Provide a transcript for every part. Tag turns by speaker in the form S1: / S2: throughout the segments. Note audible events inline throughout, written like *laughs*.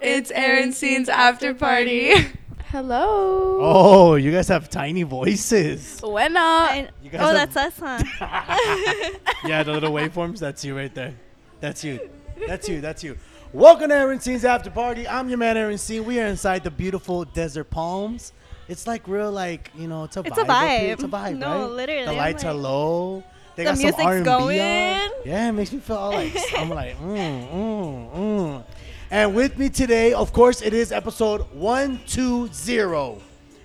S1: It's Aaron Scene's after
S2: *laughs*
S1: party.
S3: Hello.
S4: Oh, you guys have tiny voices.
S3: When up?
S2: I-
S4: You guys
S2: oh,
S4: have-
S2: that's us,
S4: *laughs*
S2: huh?
S4: Yeah, the little waveforms. That's you right there. That's you. That's you. That's you. Welcome to Aaron Scene's After Party. I'm your man, Aaron Scene. We are inside the beautiful desert palms. It's like real, like you know, it's a
S2: It's
S4: vibe.
S2: a
S4: up here. It's a
S2: vibe.
S4: vibe,
S2: No,
S4: right?
S2: literally,
S4: The
S2: I'm
S4: lights are
S2: like-
S4: low. They
S2: The
S4: got some
S2: music's
S4: R&B on.
S2: going.
S4: Yeah, it makes me feel all like I'm like, mm, mm, mm. And with me today, of course, it is episode one two zero,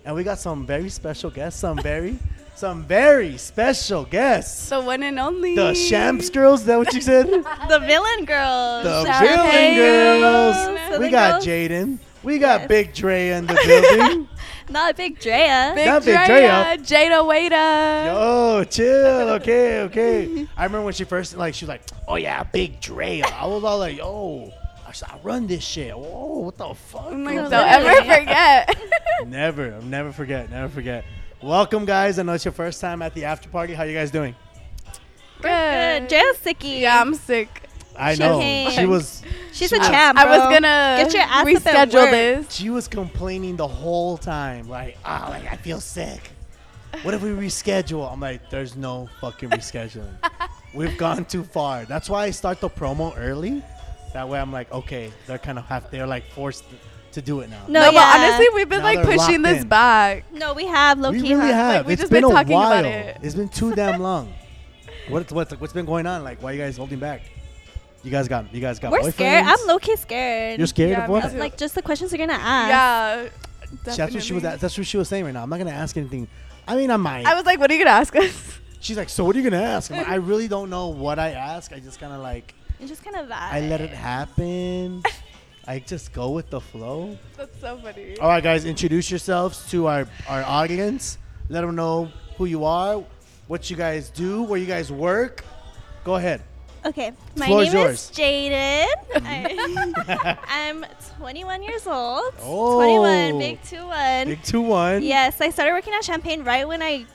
S4: and we got some very special guests. Some very, some very special guests.
S3: The one and only.
S4: The Shams girls, is that what you
S2: *laughs*
S4: said? the
S2: the villain girls.
S4: villain girls.
S2: Southern
S4: we got
S2: girls.
S4: Jaden. We got
S2: Yes.
S4: Big Dre in the
S2: *laughs*
S4: building.
S2: Not big Uh, Drea.
S3: Big
S4: Not Big
S3: Drea, Jada Waita.
S4: Yo, Oh, chill. Okay, okay. I remember when she first like she was like, "Oh yeah, Big Dre." I was all like, "Yo, I s- I run this shit." Whoa, what the fuck?
S3: I'm like,
S2: No,
S3: don't ever
S2: literally.
S3: forget.
S4: never, I'll never forget, never forget. Welcome, guys. I know it's your first time at the after party. How you guys doing?
S2: *laughs* Good. Drea's sicky.
S3: Yeah, I'm sick.
S4: I
S2: She
S4: know
S2: came.
S4: she was.
S2: She's
S4: she
S2: a
S4: was-
S2: champ.
S3: I was
S2: bro.
S3: gonna
S2: Get your ass up at
S3: reschedule
S2: work.
S3: this.
S4: She was complaining the whole time, like, ah, like I feel sick. What if we reschedule? I'm like, there's no fucking rescheduling. We've gone too far. That's why I start the promo early. That way, I'm like, okay, they're kind of have they're like forced to do it now.
S2: No,
S3: No,
S2: yeah.
S3: but honestly, we've been
S4: Now
S3: like
S4: they're
S3: pushing
S4: locked
S3: this
S4: in.
S3: back.
S2: no, we have low
S4: we
S2: key.
S4: really
S2: huh?
S4: have.
S3: we've
S4: it's
S3: just
S4: been,
S3: been
S4: a
S3: talking
S4: while.
S3: about it.
S4: It's been too damn long. *laughs* What what's what's been going on? Like, why you guys holding back? You guys got you guys got
S2: We're scared.
S4: boyfriends?
S2: I'm low key scared.
S4: You're scared
S3: Yeah,
S4: of
S3: me
S4: what?
S3: too.
S2: Like just the questions you're gonna ask.
S3: Yeah.
S4: See, That's what she was.
S3: definitely.
S4: That's what she was saying right now. I'm not gonna ask anything. I mean, I might.
S3: I was like, what are you gonna ask us? *laughs*
S4: She's like, so what are you gonna ask? I'm like, I really don't know what I ask. I just kind of like,
S2: It's just kind of that.
S4: I let it
S2: *laughs*
S4: happen. I just go with the flow.
S3: That's so funny.
S4: All right, guys, introduce yourselves to our our audience. Let them know who you are, what you guys do, where you guys work. Go ahead.
S2: Okay, my
S4: floor
S2: name
S4: is yours.
S2: is
S4: *laughs*
S2: Jaden. I- *laughs* I'm 21 years old.
S4: Oh.
S2: 21, big two one.
S4: Big two one.
S2: Yes, I started working at Champagne right when I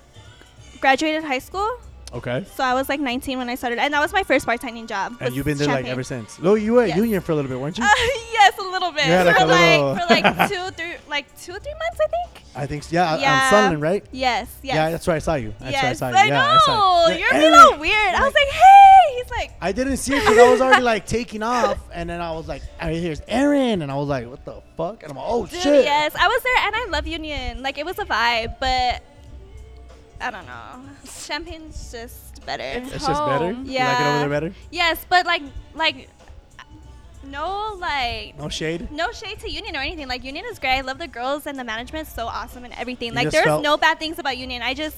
S2: graduated high school.
S4: Okay.
S2: So I was like 19 when I started, and that was my first bartending job.
S4: And
S2: was
S4: you've been there like
S2: Champagne.
S4: ever since. No, you were at
S2: Yes.
S4: Union for a little bit, weren't you?
S2: Uh, *laughs* yes, a little bit.
S4: Yeah, like
S2: for
S4: a
S2: like
S4: little-
S2: for
S4: *laughs*
S2: like two, three, like two, three months, I think.
S4: I think so. Yeah,
S2: yeah.
S4: on Sunland, right?
S2: Yes, yes.
S4: Yeah, that's where I saw you. That's where I
S2: yes,
S4: saw you.
S2: I
S4: yeah, I saw
S2: know.
S4: you. Yeah,
S2: You're being
S4: Eric.
S2: all weird. I was like, hey. He's like,
S4: I didn't see it because I was already like taking off, and then I was like, "All right, "Here's Aaron," and I was like, "What the fuck?" And I'm like, "Oh
S2: Dude,
S4: shit!"
S2: yes, I was there, and I love Union. Like it was a vibe, but I don't know. *laughs* Champagne's just better.
S3: It's-
S4: It's just better.
S3: home.
S4: You like it over
S2: Yeah.
S4: there better?
S2: Yes, but like like no like
S4: No shade.
S2: no shade to Union or anything. Like Union is great. I love the girls and the management's so awesome and everything.
S4: You
S2: Like
S4: just
S2: there's
S4: felt-
S2: no bad things about Union. I just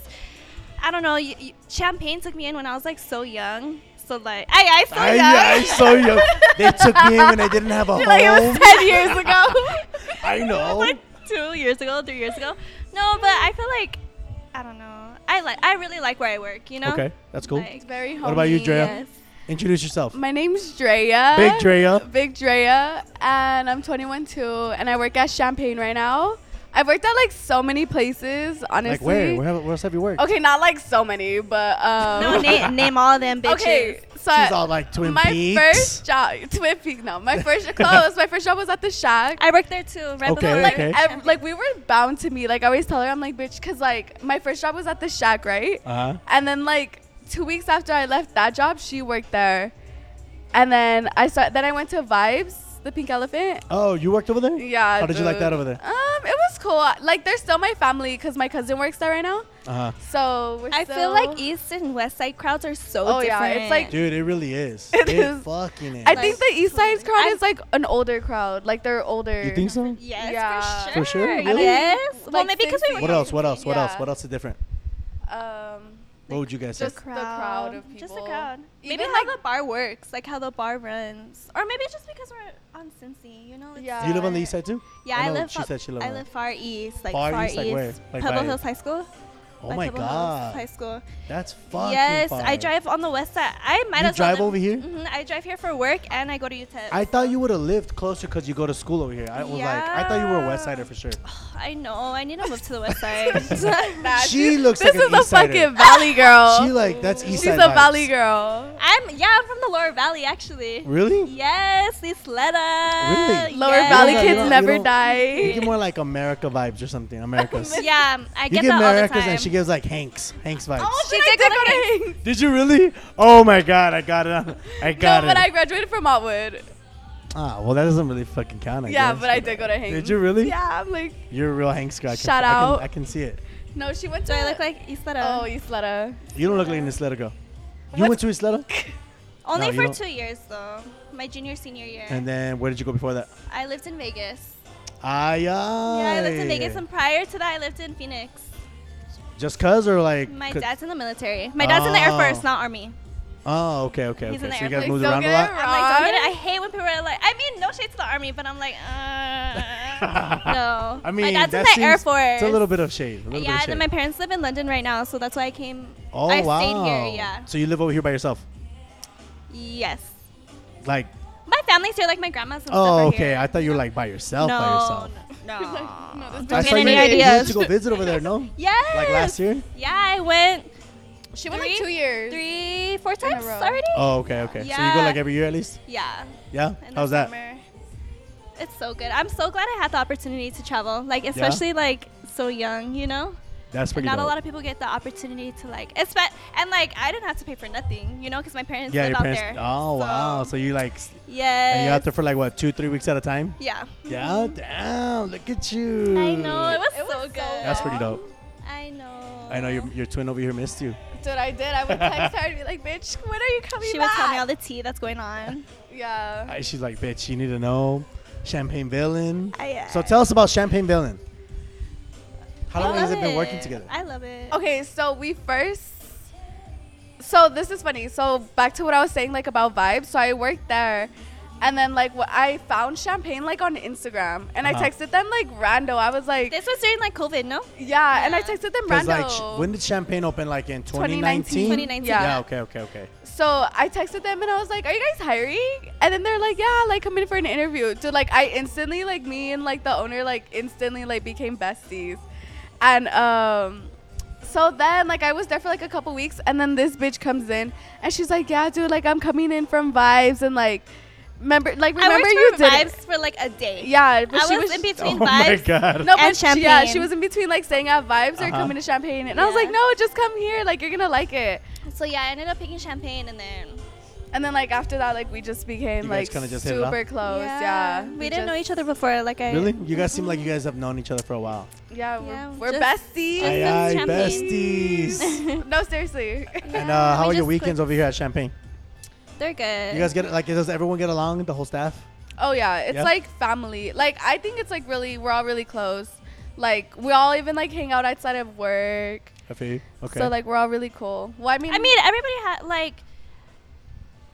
S2: I don't know. Y- y- Champagne took me in when I was like so young. So like I I so
S4: I,
S2: young.
S4: I
S2: *laughs*
S4: saw you. They took me in when I
S3: *laughs*
S4: didn't have a home.
S3: *laughs* Like it was
S4: *laughs*
S3: 10 years ago.
S4: I know.
S2: like two years ago, three years ago. No, but I feel like I don't know. I like I really like where I work. You know.
S4: Okay, that's cool.
S2: Like,
S3: It's very homey.
S4: What about you, Drea?
S2: yes.
S4: Introduce yourself.
S3: My name's Drea.
S4: Big Drea.
S3: Big Drea, and I'm 21 too, and I work at Champagne right now. I've worked at like so many places, honestly.
S4: Like where? Where, have, where else have you worked?
S3: Okay, not like so many, but um.
S2: No, name, name all them
S3: *laughs*
S2: bitches.
S3: okay, so
S4: She's all like Twin
S3: my
S4: Peaks.
S3: first job, Twin Peaks. No, my
S4: *laughs*
S3: first close. My first job was at the Shack.
S2: I work there too. Right
S4: Okay,
S2: below
S3: like,
S4: okay.
S3: ev- like we were bound to meet. Like I always tell her, I'm like, bitch, because like my first job was at the Shack, right?
S4: Uh huh.
S3: And then like two weeks after I left that job, she worked there. And then I start. Then I went to Vibes, the Pink Elephant.
S4: Oh, you worked over there?
S3: Yeah.
S4: How did you like
S3: dude.
S4: that over there?
S3: Um, it was cool. Like they're still my family because my cousin works there right now.
S4: Uh huh.
S3: So we're
S2: I feel
S3: still-
S2: like East and West Side crowds are so
S3: Oh, yeah,
S2: different.
S3: it's like-
S4: Dude, it really is.
S3: *laughs* It
S4: It,
S3: is.
S4: fucking is.
S3: I think the East Side
S2: Like-
S3: crowd
S2: I-
S3: is like an older crowd. Like they're older.
S4: you think so?
S2: yes,
S3: Yeah.
S2: for sure.
S4: For sure, really?
S2: Yes. well,
S3: Like
S2: maybe because we
S3: sixty.
S2: were.
S4: What else? What else? What else?
S3: Yeah.
S4: What else is different?
S3: Um,
S4: What would you guys say?
S3: just the crowd of people.
S2: Just the crowd.
S3: Even,
S2: maybe
S3: like-
S2: how the bar works, like how the bar runs, or maybe just because we're on Cincy, you know. it's
S3: Yeah.
S4: You live on the
S2: different.
S4: east side too?
S2: Yeah,
S4: I
S2: I,
S4: know
S2: live.
S4: she
S2: up-
S4: said she lived
S2: I
S4: on-
S2: live far east, like
S4: Far
S2: far
S4: east,
S2: east,
S4: like where? Like
S2: Pebble
S4: by-
S2: Hills High School.
S4: Oh
S2: by
S4: my
S2: Pebble Hills High
S4: god,
S2: school.
S4: that's fucking
S2: yes, I
S4: fire.
S2: drive on the west side. I might
S4: You
S2: as well
S4: drive
S2: live-
S4: over here?
S2: Mhm, I drive here for work and I go to UTEP.
S4: I thought you would have lived closer because you go to school over here. I was like, I thought you were a West
S2: Yeah.
S4: Sider for sure.
S2: I know. I need to move to the
S4: *laughs*
S2: west side. *laughs*
S4: she looks
S3: This
S4: like
S3: is
S4: an
S3: a
S4: East Sider.
S3: fucking valley girl.
S4: She like that's East
S3: Oh. She's
S4: Side
S3: a valley
S4: vibes.
S3: girl.
S2: I'm yeah, I'm from the Lower Valley actually.
S4: Really?
S2: Yes, Isleta.
S4: Really?
S3: Lower
S2: yes.
S3: Valley
S4: Yeah,
S3: kids
S4: you don't-
S3: never
S4: you don't- You
S3: die.
S4: get more like America vibes or something.
S3: *laughs*
S4: Americas.
S2: Yeah, I
S4: you
S2: get
S4: get
S2: that
S4: Americas
S2: all the time.
S4: and she gives like Hanks, Hanks vibes.
S3: She Oh, did go to Hanks.
S4: Did you really? Oh my god, I got it. on- I got
S3: no,
S4: it.
S3: but I graduated from Otwood.
S4: ah, well, that doesn't really fucking count. I
S3: yeah,
S4: guess.
S3: but I did go to Hanks.
S4: Did you really?
S3: Yeah, I'm like,
S4: You're a real Hanks guy. I can-
S3: Shout
S4: I can-
S3: out.
S4: I can see it.
S3: no, she went to.
S2: Do I look like Isleta?
S3: Oh, Isleta.
S4: You don't look like an Isleta girl. You
S3: What?
S4: went to Isleta,
S2: Only
S4: No, you
S2: for
S4: don't.
S2: two years though. My junior senior year.
S4: and then where did you go before that?
S2: I lived in Vegas.
S4: Ay,
S2: Yeah, I lived
S4: ay.
S2: in Vegas, and prior to that, I lived in Phoenix.
S4: Just cause or like?
S2: My
S4: 'cause-
S2: dad's in the military. My dad's in the Air
S4: Oh.
S2: Force, not Army.
S4: Oh, okay, okay,
S2: He's
S4: okay.
S2: in
S4: So
S2: the
S4: you
S2: Air
S4: guys
S3: Force.
S4: moved
S3: Don't
S4: around a
S3: get
S4: lot.
S3: it
S2: I'm like, don't get it. I hate when people are like, I mean, no shade to the Army, but I'm like, uh,
S4: *laughs*
S2: no.
S4: I mean,
S2: my dad's
S4: that
S2: in the Air
S4: seems-
S2: Force.
S4: It's a little bit of shade. A little
S2: yeah,
S4: bit of
S2: and
S4: shade.
S2: my parents live in London right now, so that's why I came.
S4: oh
S2: I
S4: wow.
S2: stayed here, yeah.
S4: So you live over here by yourself,
S2: Yes.
S4: like?
S2: My family's here, like my grandma's and stuff
S4: Oh,
S2: are
S4: okay.
S2: here.
S4: I thought you were like by yourself,
S2: no,
S4: by yourself.
S2: No. no.
S3: Don't
S4: I
S2: get
S4: saw you,
S2: any
S4: you went
S2: ideas.
S4: to go visit over there, no?
S2: yes.
S4: Like last
S2: *laughs*
S4: year?
S2: Yeah, I went
S3: *laughs* She went like
S2: Three?
S3: two years.
S2: three, four
S3: a
S2: times
S3: row.
S2: already.
S4: Oh, okay, okay. So you go like
S2: Yeah.
S4: every year at least?
S2: Yeah.
S4: Yeah?
S2: in the
S4: How's that?
S2: summer. It's so good. I'm so glad I had the opportunity to travel, like especially like so young, you know.
S4: That's pretty
S2: Not a
S4: dope.
S2: lot of people get the opportunity to like, it's but and like I didn't have to pay for nothing, you know, because my parents
S4: yeah,
S2: lived
S4: your
S2: out
S4: parents.
S2: there.
S4: Oh,
S2: So,
S4: wow. So you like, s- and you're
S2: Yes.
S4: out there for like what, two, three weeks at a time?
S2: yeah.
S4: Yeah, damn. Look at you.
S2: I know it was,
S3: It was
S2: so
S3: so
S2: good.
S4: That's pretty dope.
S2: I know.
S4: I know your, your twin over here missed you.
S3: Dude, I did. I would text her and be like, bitch, when are you coming
S2: She would
S3: back?
S2: tell me all the tea that's going on.
S3: yeah.
S4: I, she's like, bitch, you need to know Champagne Villain.
S2: I,
S4: So tell us about Champagne Villain. How
S2: I
S4: long has
S2: love
S4: it been working together?
S2: I love it.
S3: Okay, so we first. So this is funny. So back to what I was saying, like about vibes. So I worked there, and then like what I found champagne like on Instagram, and
S4: Uh-huh.
S3: I texted them like rando. I was like,
S2: This was during like COVID, no?
S3: yeah, and I
S2: Yeah.
S3: texted them
S4: Because
S3: rando.
S4: like, sh- when did Champagne open? Like in 2019?
S2: 2019.
S3: Yeah.
S4: Yeah, okay, okay, okay.
S3: So I texted them and I was like, "Are you guys hiring?" And then they're like, "Yeah, like come in for an interview." Dude, like I instantly like me and like the owner like instantly like became besties, and um, so then like I was there for like a couple weeks, and then this bitch comes in and she's like, "Yeah, dude, like I'm coming in from Vibes and like, remember like
S2: I
S3: remember
S2: worked
S3: you
S2: for
S3: did
S2: Vibes
S3: it."
S2: for like a day.
S3: Yeah, but
S2: I
S3: she
S2: was,
S3: *laughs*
S2: in between
S4: oh my
S2: Vibes.
S4: god.
S3: no, but
S2: And
S3: she, yeah,
S2: champagne.
S3: she was in between like staying at Vibes or
S4: Uh-huh.
S3: coming to Champagne, and I was
S2: Yeah.
S3: like, "No, just come here, like you're gonna like it."
S2: So yeah, I ended up picking champagne and then
S3: And then like after that, like we just became
S4: You guys
S3: like
S4: kinda just hit it off?
S3: super close. Oh, Yeah.
S2: We, didn't know each other before. Like I *laughs*
S4: Really? You guys seem like you guys have known each other for a while.
S3: other. Yeah, we're,
S2: Yeah,
S3: we're
S2: just-
S3: besties.
S2: Just since
S4: aye, aye,
S2: champagne. *laughs*
S4: besties.
S3: no, seriously.
S4: and
S2: Yeah,
S4: uh, how
S2: we
S4: are your
S2: just
S4: weekends over here at Champagne?
S2: They're good.
S4: You guys get like does everyone get along? The whole staff?
S3: oh yeah, it's
S4: Yeah.
S3: like family. Like I think it's like really we're all really close. Like we all even like hang out outside of work.
S4: I feel you. Okay.
S3: So like we're all really cool. Well, I mean,
S2: I mean, everybody had like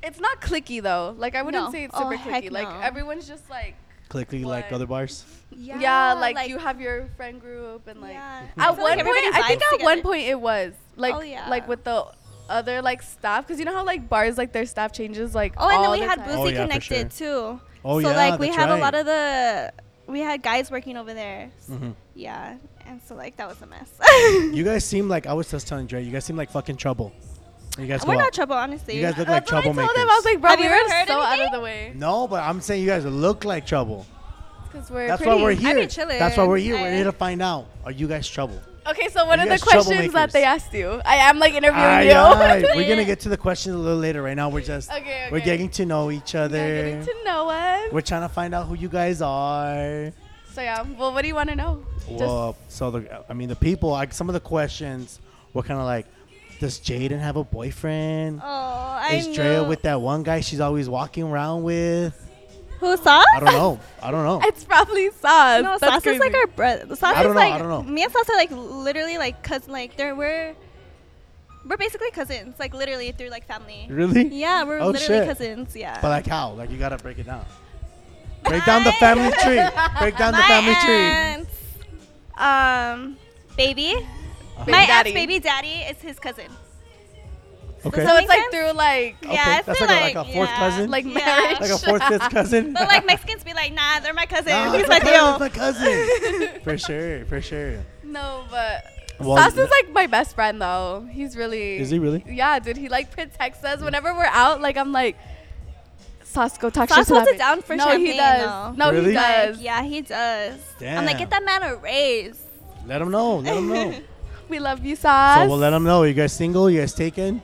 S3: it's not clicky though. Like I wouldn't
S2: No.
S3: say it's
S2: Oh,
S3: super
S2: heck
S3: clicky. Like
S2: no.
S3: everyone's just like
S4: clickly like
S3: what?
S4: other bars.
S2: yeah,
S3: yeah, like, you have your friend group and like
S4: *laughs*
S2: yeah. I
S3: at
S2: feel
S3: one
S2: like
S3: point
S2: everybody
S3: i think
S2: vibes
S3: at one
S2: together.
S3: point it was like
S2: Oh, yeah.
S3: like with the other like staff because you know how like bars like their staff changes like
S2: Oh, and
S3: all
S2: then we
S3: the
S2: had
S3: time.
S2: Boozy
S4: Oh, yeah, for
S2: connected too.
S4: Oh
S2: so
S4: yeah.
S2: like we
S4: that's
S2: had
S4: right.
S2: a lot of the we had guys working over there. S-
S4: Mhm.
S2: Yeah, and so like that was a mess. *laughs*
S4: You guys seem like I was just telling Dre. You guys seem like fucking trouble. You guys
S2: We're
S4: go
S2: not
S4: out.
S2: trouble, honestly.
S4: You guys look like
S3: That's what I
S4: troublemakers.
S3: told them. I was like, bro,
S2: Have
S3: we
S2: you
S3: were
S2: ever
S3: so
S2: heard
S3: out of
S2: anything?
S3: the way
S4: no, but I'm saying you guys look like trouble.
S3: because we're
S4: That's
S3: pretty.
S4: why we're
S2: I
S4: here.
S2: be
S4: That's why we're
S2: chilling.
S4: here. We're
S2: I-
S4: here to find out. Are you guys trouble?
S3: Okay, so one
S4: You
S3: of the
S4: guys
S3: questions
S4: troublemakers.
S3: that they asked you, I am like interviewing
S4: Aye,
S3: you. *laughs*
S4: aye. We're gonna get to the questions a little later. Right now, we're just
S3: Okay,
S4: we're
S3: okay.
S4: getting to know each
S3: Now
S4: other.
S3: getting to know us.
S4: We're trying to find out who you guys are.
S3: So yeah, well, what do you want to know? Just-
S4: Well, so the I mean the people like some of the questions were kind of like, does Jaden have a boyfriend?
S2: oh, I
S4: Is
S2: knew.
S4: Drea with that one guy she's always walking around with?
S2: who sauce?
S4: I don't know. I don't
S3: *laughs*
S4: know.
S3: it's probably sauce.
S2: No,
S3: That's
S2: sauce
S3: crazy.
S2: is like our brother. Sauce
S4: I don't
S2: is
S4: know, I
S2: like
S4: don't know.
S2: me and sauce are like literally like cause like they're we're we're basically cousins like literally through like family.
S4: really?
S2: Yeah, we're
S4: Oh,
S2: literally
S4: shit.
S2: cousins. Yeah.
S4: But like how? Like you gotta break it down. Break down the family tree. Break down the
S2: My
S4: family tree.
S2: aunts, Um, baby,
S3: Baby
S2: My
S3: daddy.
S2: ex baby daddy is his cousin.
S4: Okay.
S3: So
S2: Make
S3: it's like
S2: sense?
S3: through like *laughs*
S2: yeah,
S4: that's
S2: so
S4: like a- like a fourth
S2: yeah.
S4: cousin?
S3: like
S2: Yeah.
S3: marriage.
S4: like a fourth, fifth cousin.
S2: *laughs*
S4: *laughs*
S2: But *laughs* like Mexicans be like, nah, they're my cousin.
S4: Nah,
S2: He's
S4: that's
S2: my
S4: cousin,
S2: deal.
S4: that's my
S2: *laughs*
S4: cousin. for sure, for sure.
S3: no, but
S4: Well,
S3: Sasu's like my best friend though. He's really
S4: Is he really?
S3: Yeah, dude. He like protects us whenever we're out. Like I'm like, Sas, go talk
S2: Sas
S3: shit to
S2: holds
S3: that
S2: it
S3: bitch."
S2: down for
S3: No, he
S2: champagne,
S3: does.
S2: though.
S3: No,
S4: Really?
S3: he does.
S2: Like, yeah, he does. I'm
S4: Damn.
S2: like, get that man a raise.
S4: Let him know. Let him
S2: *laughs*
S4: know.
S3: We love you,
S4: so
S3: Sas.
S4: we'll let him know. You guys single? You guys taken?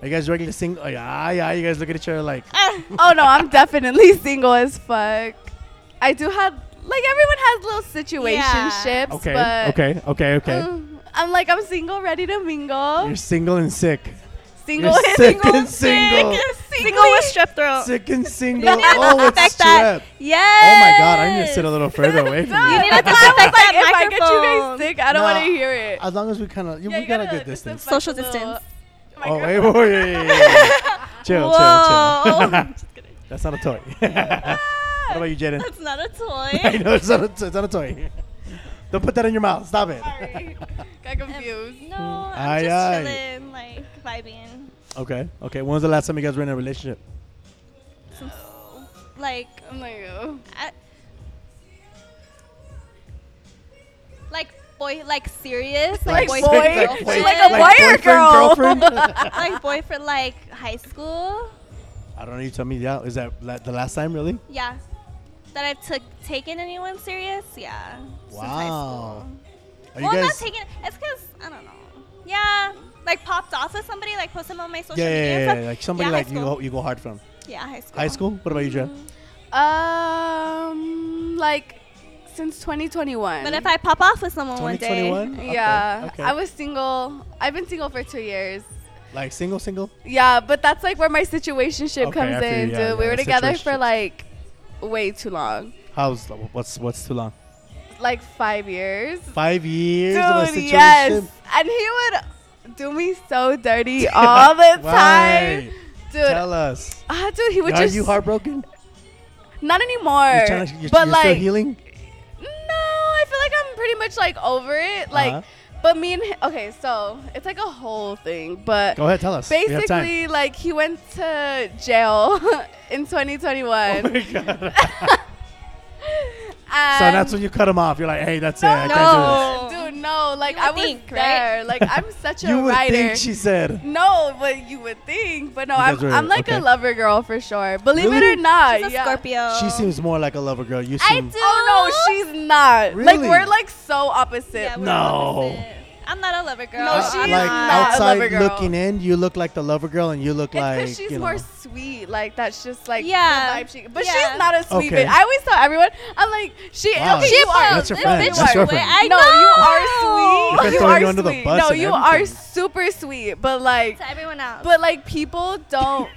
S4: Are you guys regular single? Oh, yeah, yeah. You guys look at each other like,
S3: oh no, I'm definitely *laughs* single as fuck. I do have like everyone has little situationships,
S4: okay,
S3: but
S4: okay, okay, okay.
S2: Mm-hmm.
S3: mm, I'm like I'm single, ready to mingle.
S4: You're single and sick.
S3: single, *laughs*
S4: you're sick and single.
S2: Single with strep throat.
S4: Sick and single.
S2: Oh. *laughs* You need to
S4: oh, it's
S2: disinfect that.
S4: strep. Oh
S2: Yes.
S4: my God, I need to sit a little further
S3: *laughs*
S4: away from
S2: You
S4: you.
S2: need to
S3: That's why I was like,
S2: disinfect that
S3: if I get you
S2: microphone.
S3: guys sick, I don't
S4: No,
S3: want to hear it.
S4: As long as we kind of,
S3: Yeah,
S4: we
S3: you
S4: got a
S3: gotta
S4: good distance.
S3: disinfect
S2: Social
S3: the little *laughs*
S2: distance.
S3: microphone.
S4: Oh, wait, wait, wait, wait, wait, *laughs* wait. chill, chill, *laughs*
S2: Whoa.
S4: chill. That's not a
S2: *laughs*
S4: toy. what about you, Jaden?
S2: *laughs* That's not a
S4: *laughs* I
S2: toy.
S4: know it's not, a t- it's not a toy. Don't put that in your mouth. Stop it.
S3: Sorry. Got confused.
S2: No, I'm
S4: Aye,
S2: just
S4: aye.
S2: chilling, like vibing.
S4: Okay. Okay. When was the last time you guys were in a relationship?
S2: Like,
S3: I'm like, oh.
S2: I, like boy, like serious,
S3: Like
S2: like, boyfriend,
S3: boy-
S2: girlfriend.
S3: like a boy- wire
S4: boyfriend,
S3: girl.
S4: *laughs* girlfriend?
S2: like boyfriend, like high school.
S4: I don't know. You tell me. Yeah. Is that la- the last time? Really?
S2: Yeah, that I've took taken anyone serious. Yeah, since high
S4: Wow.
S2: school.
S4: Are
S2: well,
S4: you
S2: I'm
S4: guys?
S2: not taking. It's because I don't know. Yeah, like popped off with somebody, like post them on my social
S4: yeah,
S2: media.
S4: yeah,
S2: and
S4: yeah,
S2: stuff.
S4: yeah, Like somebody
S2: Yeah, high
S4: like you
S2: school. Mm,
S4: go, you go hard from.
S2: Yeah, high school. Mm-hmm.
S4: High school. What about you, Jeff?
S3: Um, like since 2021.
S2: But if I pop off with someone one day,
S4: 2021. Okay,
S3: yeah,
S4: Okay.
S3: I was single. I've been single for two years.
S4: like single, single.
S3: Yeah, but that's like where my situationship
S4: Okay, I
S3: comes
S4: feel you.
S3: in,
S4: Yeah,
S3: dude.
S4: yeah,
S3: we were
S4: the
S3: together for
S4: situationship.
S3: like way too long,
S4: How's what's what's too long?
S3: like five years.
S4: Five years
S3: Dude,
S4: of a situation.
S3: yes, and he would do me so
S4: *laughs*
S3: dirty all the time,
S4: Why?
S3: dude.
S4: Tell us.
S3: Ah, dude, he would
S4: Are
S3: just
S4: you heartbroken?
S3: not anymore.
S4: You're, trying to, you're,
S3: but
S4: you're
S3: like,
S4: still healing.
S3: No, I feel like I'm pretty much like over it. Like,
S4: Uh-huh.
S3: but me and hi- okay, so it's like a whole thing. But
S4: Go ahead, tell us. we have time.
S3: basically, like he went to jail *laughs* in 2021. *laughs*
S4: *laughs* Oh my god.
S3: um, and
S4: so that's when you cut him off. You're like, hey, that's it. I can't
S2: No. do
S3: dude, Um, no, like
S2: You would
S3: I was
S2: think, right?
S3: there. *laughs* Like I'm such
S4: do
S3: a
S4: this. You would
S3: writer.
S4: think she said.
S3: no, but you would think, but no,
S4: You
S3: I'm,
S4: guys were-
S3: I'm like
S4: okay.
S3: a lover girl for sure. Believe
S4: Really?
S3: it or not,
S2: She's a
S3: Uh, yeah.
S2: Scorpio.
S4: She seems more like a lover girl. You
S2: I
S4: seem.
S2: do.
S3: Oh no, she's not. Like
S4: Really?
S3: we're like so opposite.
S2: Yeah, we're
S4: No.
S2: opposite. I'm not a lover girl.
S3: No, she
S4: uh, like
S3: is not a
S4: outside
S3: lover girl.
S4: looking in, you look like the lover girl, and you look
S3: It's
S4: like
S3: because she's
S4: you know.
S3: more sweet. Like that's just like
S2: Yeah.
S3: yeah. the vibe she. But
S2: Yeah.
S3: she's not a sweet
S4: Okay.
S3: bitch. I always tell everyone, I'm like she.
S4: Wow.
S3: Okay,
S4: She
S3: you are.
S4: That's your friend.
S2: This bitch
S4: That's your
S2: way.
S4: friend.
S2: I
S3: no,
S2: know.
S3: you are
S4: Look at
S3: sweet. You
S4: throwing
S3: are
S4: you under the
S3: sweet.
S4: bus
S3: No,
S4: and
S3: you
S4: everything.
S3: are super sweet. But like,
S2: To everyone else.
S3: but like people
S2: *laughs*
S3: don't.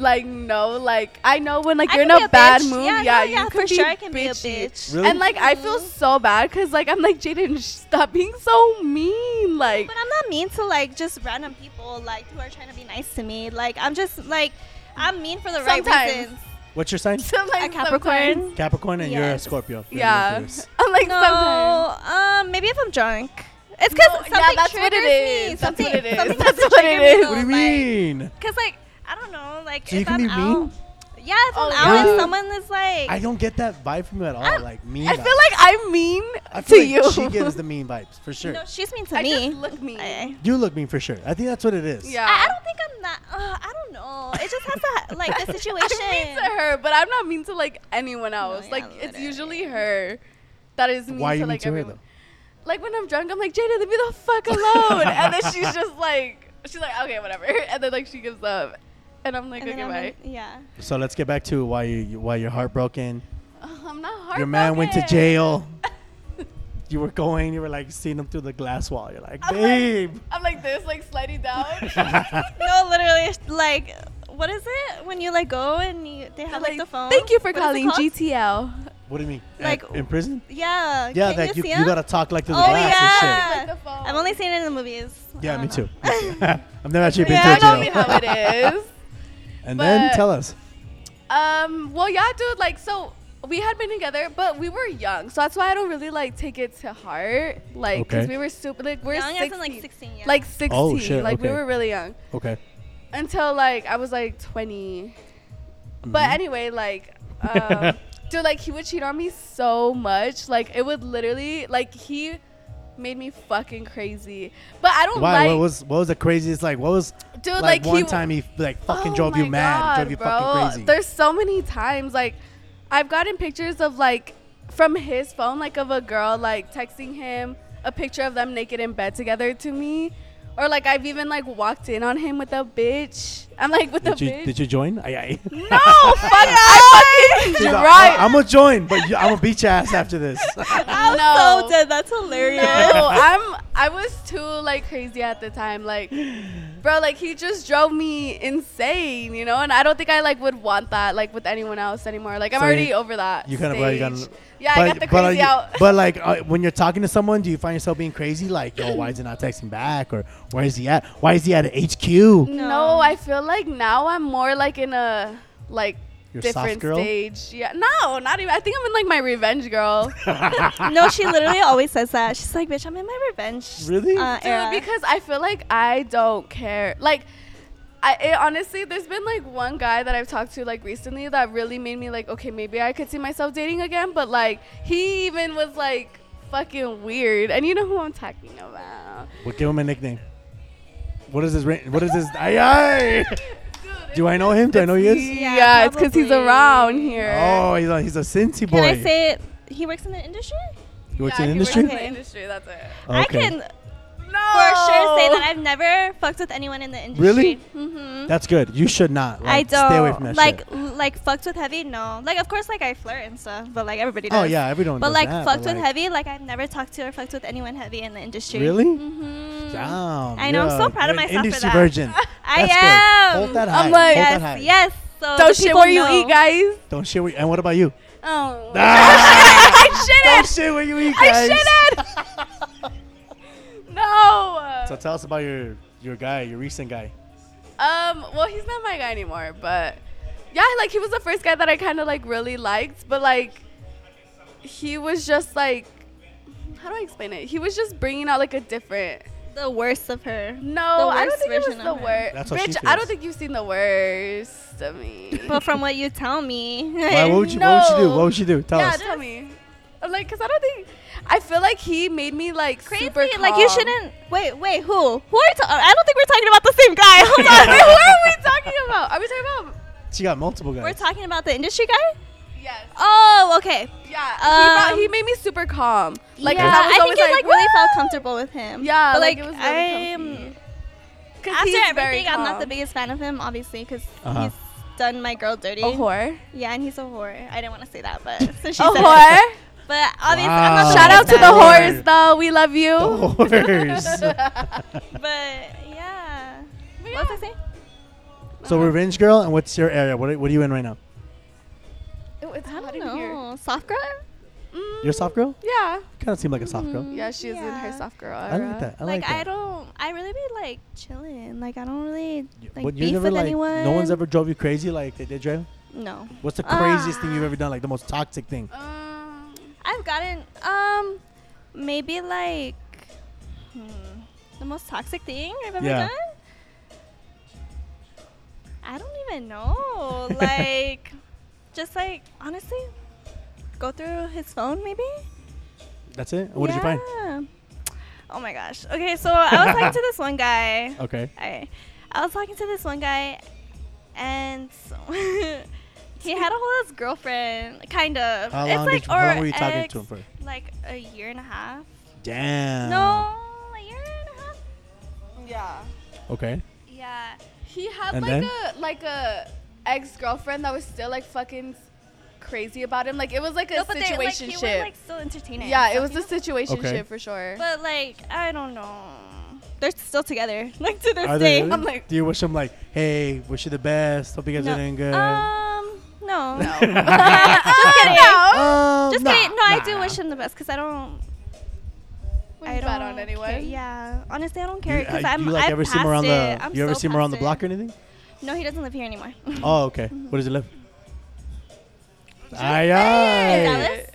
S3: Like no, like I know when like
S2: I
S3: you're in
S2: can be
S3: a, bad
S2: bitch.
S3: mood,
S2: Yeah,
S3: yeah,
S2: no,
S3: you
S2: yeah,
S3: could
S2: for
S3: be
S2: sure. I
S3: bitchy.
S2: can be a bitch. Mm-hmm.
S4: Really?
S3: And like I feel so bad because like I'm like Jaden, stop being so mean. Like
S2: But I'm not mean to like just random people like who are trying to be nice to me. Like I'm just like I'm mean for the right
S3: Sometimes.
S2: reasons.
S4: What's your sign?
S3: *laughs* like,
S2: a Capricorn.
S3: sometimes-
S4: Capricorn, and you're a
S2: Yes.
S4: Scorpio. You're
S3: Yeah,
S4: into
S3: *laughs*
S4: this.
S3: I'm like sometimes.
S2: No, um, maybe if I'm drunk. It's because
S3: No, yeah,
S2: something
S3: that's what it is.
S2: triggers me.
S3: That's
S2: Something,
S3: what it is.
S2: something
S3: That's
S2: has to
S3: what it
S2: trigger
S3: is.
S2: me,
S4: What do you
S2: though, like-
S4: mean?
S2: Cause like I don't know, like
S4: So you
S2: if
S4: can
S2: I'm
S4: be
S2: out,
S4: mean?
S2: yeah, if I'm
S3: Oh,
S2: out
S3: yeah.
S2: and someone is like,
S4: I don't get that vibe from you at all. like mean.
S3: Ah, I
S4: vibes.
S3: feel like I'm mean
S4: I
S3: to
S4: feel like
S3: you.
S4: She gives the mean vibes for sure.
S2: no, she's mean to
S3: I
S2: me.
S3: just look mean.
S2: I,
S4: You look mean for sure. I think that's what it is.
S3: yeah.
S2: I, I don't think I'm not. Uh, I don't know. It just has
S3: *laughs*
S2: to ha- like the situation.
S3: *laughs* I'm mean to her, but I'm not mean to like anyone else.
S2: yeah,
S3: like it's
S2: literally.
S3: usually her that is mean
S4: Why
S3: to
S4: you mean
S3: like
S4: to her
S3: everyone.
S4: though?
S3: Like when I'm drunk, I'm like Jada, leave me the fuck alone, and then
S4: *laughs*
S3: she's just like, she's like, okay, whatever, *laughs* and then like she gives up, and I'm like,
S2: And then
S3: okay,
S2: I'm
S3: bye.
S2: like, yeah.
S4: So let's get back to why you why you're heartbroken.
S3: Ugh, *laughs* I'm not hard.
S4: Your man went to jail.
S3: *laughs*
S4: you were going. You were like seeing him through the glass wall. You're like,
S3: I'm like-
S4: babe.
S3: I'm like this, like sliding
S4: *laughs*
S3: down. *laughs*
S2: No, literally, like, what is it when you like go and you, they have like, the phone?
S3: Thank you for
S2: What is it
S3: calling
S2: called?
S3: GTL.
S4: what
S3: *laughs*
S4: do you mean?
S2: Like-
S4: At- in prison?
S2: Yeah.
S4: Yeah,
S2: can
S4: that you,
S2: see
S4: you,
S2: 'em?
S4: gotta talk like through the
S2: Oh,
S4: glass and
S2: yeah.
S3: Like the phone.
S2: I've only seen it in the movies.
S4: shit. Yeah,
S2: I
S4: me
S3: *laughs*
S2: don't *laughs*
S4: too. *laughs*
S2: know.
S4: I've never actually been
S3: Yeah, I
S4: to
S3: know
S4: a
S3: me
S4: jail.
S3: how it is.
S4: *laughs* and then
S3: but-
S4: tell us.
S3: Um. Well, yeah, dude. Like, so we had been together, but we were young, so that's why I don't really like take it to heart. Like, because
S4: Okay.
S3: we were stupid. Like, we're
S2: Young
S3: 16,
S2: as in like 16, yeah.
S3: like 16.
S4: Oh, shit,
S3: like we
S4: okay.
S3: were really young
S4: Okay.
S3: until like I was like 20.
S4: Mm-hmm.
S3: But anyway, like,
S4: *laughs*
S3: um, dude, like he would cheat on me so much. Like it would literally, like he made me fucking crazy. But I *laughs* don't
S4: Why?
S3: like,
S4: what was what was the craziest? Like, what was
S3: dude, like,
S4: like, one
S3: he
S4: time he like fucking
S3: Oh
S4: drove you
S3: my
S4: mad,
S3: God,
S4: drove you
S3: bro.
S4: fucking crazy?
S3: There's so many times like I've gotten pictures of like from his phone like of a girl like texting him a picture of them naked in bed together to me. Or like I've even like walked in on him with a bitch. I'm like with
S4: did
S3: a
S4: you
S3: bitch.
S4: did you join?
S3: *laughs*
S4: Aye, aye.
S3: no,
S4: *laughs*
S3: fuck! I fucking
S4: She's like,
S3: right.
S4: I, am gonna join, but you, I'm gonna beat your ass
S3: *laughs*
S4: after this.
S2: I'm
S3: no.
S2: so dead. That's hilarious.
S4: *laughs*
S3: No, I'm I was too like crazy at the time. Like bro, like he just drove me insane, you know, and I don't think I like would want that like with anyone else anymore. Like I'm
S4: So you-
S3: already over that.
S4: you kinda- well, you
S3: stage.
S4: gotta-
S3: Yeah, I got the
S4: are
S3: crazy
S4: you-
S3: out.
S4: but like uh, when you're talking to someone, do you find yourself being crazy? Like, yo, why is he not texting back? Or where is he at? Why is he at a *laughs* HQ?
S3: no.
S2: No.
S3: I feel like now I'm more like in a like
S4: You're soft
S3: different
S4: girl?
S3: stage. Yeah. No, not even I think I'm in like my revenge girl.
S2: no, she literally always says that. She's like, bitch, I'm in my revenge.
S4: Really?
S2: Uh, era.
S3: Dude, because I feel like I don't care. Like, I it, honestly, there's been like one guy that I've talked to like recently that really made me like, okay, maybe I could see myself dating again. But like, he even was like fucking weird, and you know who I'm talking about.
S4: Well, give him a nickname. What is his? Ra- what is his? Aye, aye. *laughs* Do I know him? Do I know he is?
S3: Yeah,
S2: Yeah,
S3: it's because he's
S2: probably.
S3: around here.
S4: Oh, he's a, he's a Cincy boy.
S2: Can I say it? He works in the industry?
S4: He works
S3: Yeah,
S4: in
S3: he
S4: the
S3: works
S4: industry.
S3: in the industry. That's it.
S2: I
S4: Okay.
S2: can
S3: No.
S2: for sure say that I've never fucked with anyone in the industry.
S4: Really?
S2: hmm
S3: Mm-hmm,
S4: That's good. You should not.
S2: I
S4: Like,
S2: don't
S4: Stay away from that
S2: like
S4: shit.
S2: l- like fucked with heavy. No, like of course like I flirt and stuff, but like everybody
S4: Oh
S2: does.
S4: yeah, everyone.
S2: But
S4: does
S2: like
S4: that,
S2: fucked
S4: but,
S2: with
S4: like,
S2: heavy, like I've never talked to or fucked with anyone heavy in the industry.
S4: Really?
S3: Mhm.
S4: Damn.
S2: Mm-hmm. I know, I'm
S4: you're
S2: so
S4: a-
S2: proud of
S4: you're an
S2: myself for
S4: Industry
S2: that.
S4: virgin.
S2: *laughs* I
S4: That's
S2: am.
S4: Good. Hold that high.
S3: I'm like-
S4: Hold that
S2: yes,
S4: high.
S2: yes. So
S3: Don't
S2: the
S3: shit
S2: people
S3: where you
S2: know.
S3: eat, guys.
S4: Don't shit where. And what about
S2: *laughs*
S4: you?
S3: Oh.
S4: I
S3: shouldn't.
S4: Don't shit where you eat,
S3: I
S4: guys.
S3: shouldn't. *laughs* no.
S4: So tell us about your your guy, your recent guy.
S3: Um, well, he's not my guy anymore, but yeah, like he was the first guy that I kind of like really liked, but like he was just like how do I explain it? He was just bringing out like a different.
S2: The worst of her.
S3: No,
S2: The
S3: I don't
S2: worst
S3: think it was
S2: version
S3: the
S2: of him.
S3: worst.
S4: That's what she
S3: Bitch, I don't
S4: feels.
S3: think you've seen the worst of me.
S2: But from what you tell me,
S4: Why, what would you What would you do?
S3: No.
S4: What would you do? *laughs* Tell
S3: yeah,
S4: us.
S3: tell me. I'm like, cause I don't think I feel like he made me like
S2: *laughs* crazy.
S3: super
S2: Like you
S3: calm.
S2: shouldn't. Wait, wait. Who? Who are? Ta- I don't think we're talking about the same guy. *laughs*
S3: *laughs*
S2: Hold
S3: Wait,
S2: on.
S3: Who are we talking about? Are we talking
S2: *laughs*
S3: about?
S4: She got multiple guys.
S2: We're talking about the industry guy.
S3: Yes.
S2: Oh, okay.
S3: Yeah, he, brought,
S2: Um,
S3: he made me super calm. Like, 'cause
S2: yeah,
S3: I was
S2: I
S3: always
S2: think it like, really felt
S3: "Woo!"
S2: comfortable with him.
S3: Yeah,
S2: but
S3: like,
S2: like,
S3: it was really
S2: I'm
S3: comfy. 'Cause
S2: after
S3: he's very
S2: everything, I'm not the
S3: calm.
S2: biggest fan of him, obviously, because
S4: Uh-huh.
S2: he's done my girl dirty.
S3: A whore.
S2: Yeah, and he's a whore. I didn't want to say that, but *laughs* since she
S3: A
S2: said
S3: *laughs* whore.
S2: it, but obviously, I'm
S4: Wow.
S2: not.
S3: Shout out to the
S2: biggest
S4: whore.
S3: whores, though. We love you.
S4: Doors. *laughs*
S2: fan, But yeah,
S3: But
S2: what was I
S3: yeah.
S2: saying?
S4: so revenge girl, and what's your area? What are, what are you in right now?
S3: Ew, *laughs* it's
S2: I
S3: hot
S2: don't
S3: in here.
S2: know. Soft girl.
S3: Mm,
S4: You're a soft girl.
S3: Yeah.
S4: Kind of seem like a soft girl.
S3: Yeah, she's in her
S2: Yeah.
S3: soft girl.
S4: I
S3: era.
S4: like that. I like,
S2: Mm, like I
S4: that.
S2: don't. I really be like chilling. Like I don't really
S4: You-
S2: like
S4: what- you
S2: beef
S4: never
S2: with
S4: like
S2: anyone.
S4: no one's ever drove you crazy like they did Dre.
S2: No.
S4: What's the craziest
S2: Ah.
S4: thing you've ever done? Like the most toxic thing?
S3: Um,
S2: I've gotten um maybe like hmm, the most toxic thing I've ever
S4: Yeah.
S2: done. I don't even know.
S4: *laughs*
S2: like just like honestly go through his phone maybe?
S4: That's it. What did you find?
S2: Yeah. Oh my gosh. Okay, so I was
S4: *laughs*
S2: talking to this one guy.
S4: Okay.
S2: I I was talking to this one guy, and *laughs* so he had a whole ass girlfriend, kind of.
S4: How
S2: It's
S4: long
S2: like,
S4: did you, how
S2: or
S4: long were you talking
S2: ex,
S4: to him Oh. for?
S2: Like a year and a half.
S4: Damn.
S2: No, a year and a half.
S3: yeah.
S2: *laughs*
S4: Okay.
S2: Yeah.
S3: He had
S4: And
S3: like
S4: then?
S3: a like a ex girlfriend that was still like fucking crazy about him. Like it was like a
S2: No, but they, like,
S3: situation
S2: he was
S3: ship.
S2: like still entertaining.
S3: yeah,
S2: and
S3: it
S2: stuff,
S3: was
S2: you
S3: a situation
S4: Okay.
S3: ship for sure.
S2: know? But like, I don't know. They're still together, *laughs* like to this
S4: Are
S2: day.
S4: they really?
S3: I'm like-
S4: Do you wish him like, hey, wish you the best. Hope you guys
S2: No.
S4: are doing good.
S2: Um,
S4: *laughs*
S2: no.
S3: *laughs* No.
S2: Just kidding.
S4: Um,
S2: Just
S4: nah,
S2: kidding. No, I
S4: nah,
S2: do
S4: nah.
S2: wish him the best because I don't.
S3: Wouldn't bet on anyone.
S2: Care. Yeah, honestly, I don't
S4: You,
S2: care because
S4: uh,
S2: I'm.
S4: you like
S2: I've
S4: ever see
S2: passed
S4: her on
S2: it.
S4: the?
S2: I'm
S4: you ever
S2: so
S4: see her on the
S2: past it.
S4: block or anything?
S2: *laughs* No, he doesn't live here anymore.
S4: Oh, okay. What does he live? Aye, aye.
S2: Dallas?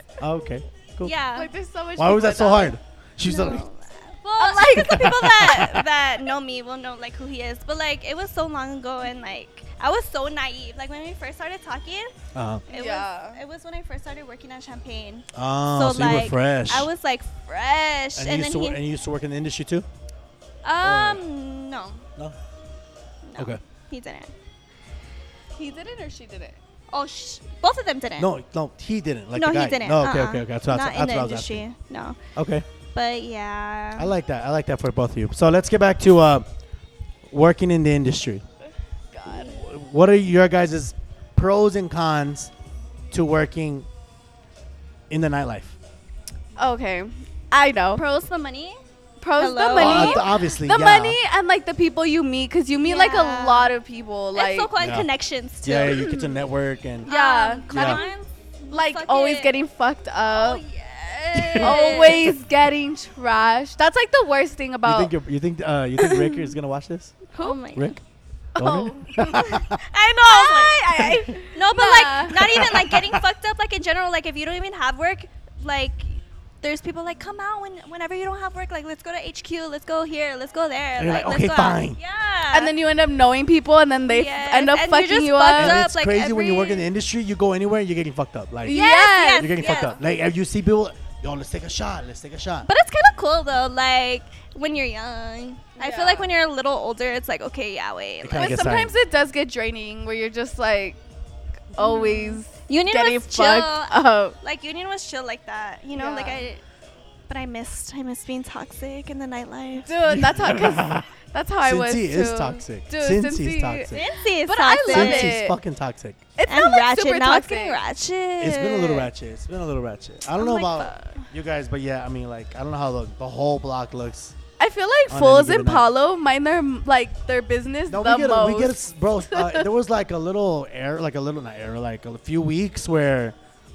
S4: Okay. Cool.
S2: Yeah.
S3: Like there's so much.
S4: Why was
S3: people
S4: that so
S3: now.
S4: hard? She's *laughs* like,
S2: Well, like the people that that know me will know like who he is. But like it was so long ago, and like I was so naive. Like when we first started talking,
S4: uh,
S2: it
S3: Yeah.
S2: was it was when I first started working on Champagne.
S4: oh, so, you were fresh.
S2: I was like fresh,
S4: and,
S2: and,
S4: you used
S2: then
S4: to,
S2: he
S4: wor- and you used to work in the industry too?
S2: um no,
S4: No.
S2: no
S4: Okay.
S2: he didn't.
S3: He did it or she did it.
S2: Oh, sh- both of them didn't.
S4: No, no, he didn't. Like
S2: no,
S4: the guy.
S2: he didn't.
S4: No, okay,
S2: Uh-uh.
S4: okay, okay. That's what, I-
S2: Not
S4: that's what
S2: in the
S4: I was asking.
S2: industry. Uh-huh. No,
S4: Okay.
S2: but yeah.
S4: I like that. I like that for both of you. So let's get back to uh, working in the industry.
S3: God.
S4: What are your guys' pros and cons to working in the nightlife?
S3: Okay. I know.
S2: pros for money.
S3: Pros the
S2: Hello?
S3: money.
S4: Uh, th- obviously,
S3: the
S4: yeah.
S3: money and like the people you meet because you meet like a
S2: Yeah.
S3: lot of people like
S2: it's so cool and
S4: Yeah.
S2: connections too.
S4: Yeah, you get to network and
S3: Yeah.
S2: Um,
S4: Yeah.
S2: cons,
S3: like
S2: fuck
S3: always
S2: it.
S3: getting fucked
S2: Oh
S3: up
S2: yes.
S3: always getting trashed that's like the worst thing
S4: you
S3: about *laughs*
S4: think you're- you think uh, you think Rick is gonna watch
S2: *laughs*
S4: this?
S2: Oh my
S4: Rick,
S3: Oh.
S4: *laughs*
S2: I know. I *laughs* was like- no, but
S3: Nah.
S2: like not even like getting fucked up. Like in general, like if you don't even have work, like there's people like come out when whenever you don't have work. Like let's go to HQ. Let's go here. Let's go there.
S4: And you're like,
S2: let's
S4: "Okay,
S2: go out."
S4: fine.
S2: Yeah.
S3: and then you end up knowing people and then they
S2: Yes,
S3: end up
S2: and you're
S3: fucking
S2: just
S3: you
S2: fucked
S3: up,
S4: and
S2: up,
S4: it's
S2: like,
S4: crazy when you work in
S2: every-
S4: the industry. You go anywhere, you're getting fucked up. Like
S3: Yeah.
S2: yes,
S4: you're getting fucked
S2: yes.
S4: up. Like if you see people, yo, let's take a shot. Let's take a shot.
S2: But it's kind of cool though. Like when you're young, I
S3: Yeah.
S2: feel like when you're a little older, it's like okay, yeah, wait.
S4: kinda
S2: like,
S3: but
S4: gets
S3: sometimes it does get draining where you're just like always
S2: Union
S3: getting
S2: was
S3: fucked
S2: chill.
S3: up
S2: Like Union was chill like that. You know,
S3: Yeah.
S2: like I. But I missed. I missed being toxic in the nightlife.
S3: dude that's how
S4: *laughs*
S3: cause that's how I was
S4: Cincy
S3: too.
S4: is toxic.
S3: dude
S4: Cincy is
S3: Cincy-
S4: toxic.
S2: Fancy
S3: But I love
S2: sausage.
S3: it.
S4: Cincy's fucking toxic.
S3: it's
S2: and
S3: not like
S2: ratchet.
S3: super
S2: now it's
S3: toxic
S2: getting ratchet.
S4: It's been a little ratchet. It's been a little ratchet. I don't
S2: I'm
S4: know
S2: like,
S4: about you guys, but yeah, I mean, like, I don't know how the, the whole block looks.
S3: I feel
S4: On
S3: like
S4: any
S3: fools
S4: given
S3: and
S4: night.
S3: Paulo mind their like their business
S4: No,
S3: the
S4: we get
S3: most.
S4: a, we get a, s- bro. Uh, there was like a little error, like a little not error, like a few weeks where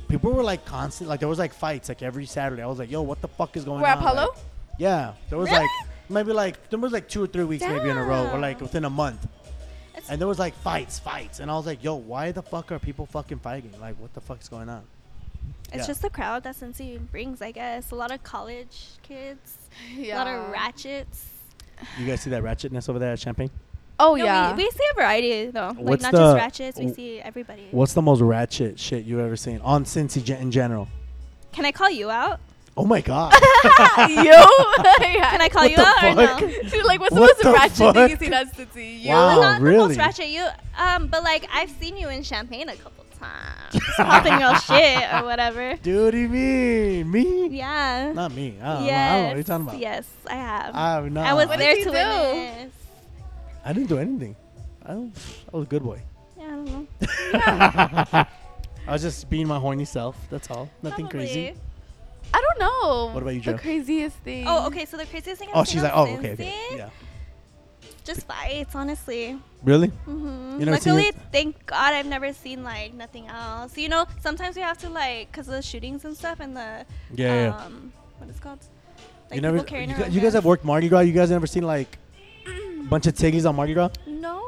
S4: people were like constant, like there was like fights like every Saturday. I was like, yo, what the fuck is going
S3: We're
S4: on?
S3: at Paulo.
S4: Like, yeah, there was
S2: Really?
S4: like maybe like there was like two or three weeks maybe in a row, or like
S2: Damn.
S4: within a month.
S2: It's-
S4: And there was like fights, fights, and I was like, "Yo, why the fuck are people fucking fighting? Like, what the fuck's going on?"
S2: It's
S4: Yeah.
S2: just the crowd that Cincy brings, I guess. A lot of college kids, a lot of ratchets.
S4: You guys see that ratchetness over there at
S2: *laughs*
S4: Champagne?
S3: Oh
S2: No,
S3: yeah. *laughs*
S2: *laughs* we, we see a variety though.
S4: What's
S2: like not
S4: the-
S2: just ratchets, we
S4: w-
S2: see everybody.
S4: What's the most ratchet shit you've ever seen on Cincy gen- in general?
S2: Can I call you out?
S4: Oh my
S2: *laughs*
S4: god!
S3: you? yeah.
S2: Can I call
S4: What
S2: you
S4: the
S2: out
S4: fuck? *laughs*
S2: or no?
S3: *laughs* Dude, like, what's
S4: What
S3: the
S4: the
S3: most ratchet thing you
S4: fuck?
S3: seen us to see? You?
S4: Wow. Oh,
S2: not the
S4: really?
S2: most ratchet you um but like I've seen you in champagne a couple
S4: *laughs*
S2: times. popping your shit or whatever.
S4: Dude, you mean me?
S2: Yeah.
S4: Not me. I don't, know. I don't know
S2: yes.
S4: what you're talking about.
S2: Yes, I have.
S4: I have not.
S2: I was
S3: What
S2: there
S3: did
S2: to
S3: you do?
S2: witness.
S4: I didn't do anything. I, don't, I was a good
S2: *laughs*
S4: boy. *laughs*
S2: Yeah, I don't know.
S4: I was just being my horny self. That's all. Nothing crazy.
S2: Probably.
S3: I don't know.
S4: What about you,
S3: The
S4: Joe?
S3: craziest thing.
S2: Oh, okay. So the craziest thing.
S4: Oh,
S2: I've seen
S4: she's like, oh,
S2: on
S4: okay, okay,
S2: Cincy?
S4: yeah.
S2: Just fights, honestly.
S4: Really?
S2: hmm
S4: You never seen
S2: Luckily,
S4: it?
S2: thank God, I've never seen like nothing else. You know, sometimes we have to like, cause of the shootings and stuff, and the
S4: Yeah,
S3: Uh,
S4: yeah.
S2: um, what is it called? Like
S4: you never.
S2: people
S4: You,
S2: carrying
S4: gu-
S2: around
S4: you guys have
S2: guns.
S4: worked Mardi Gras. You guys never seen like a bunch of tiggies on Mardi Gras?
S2: No.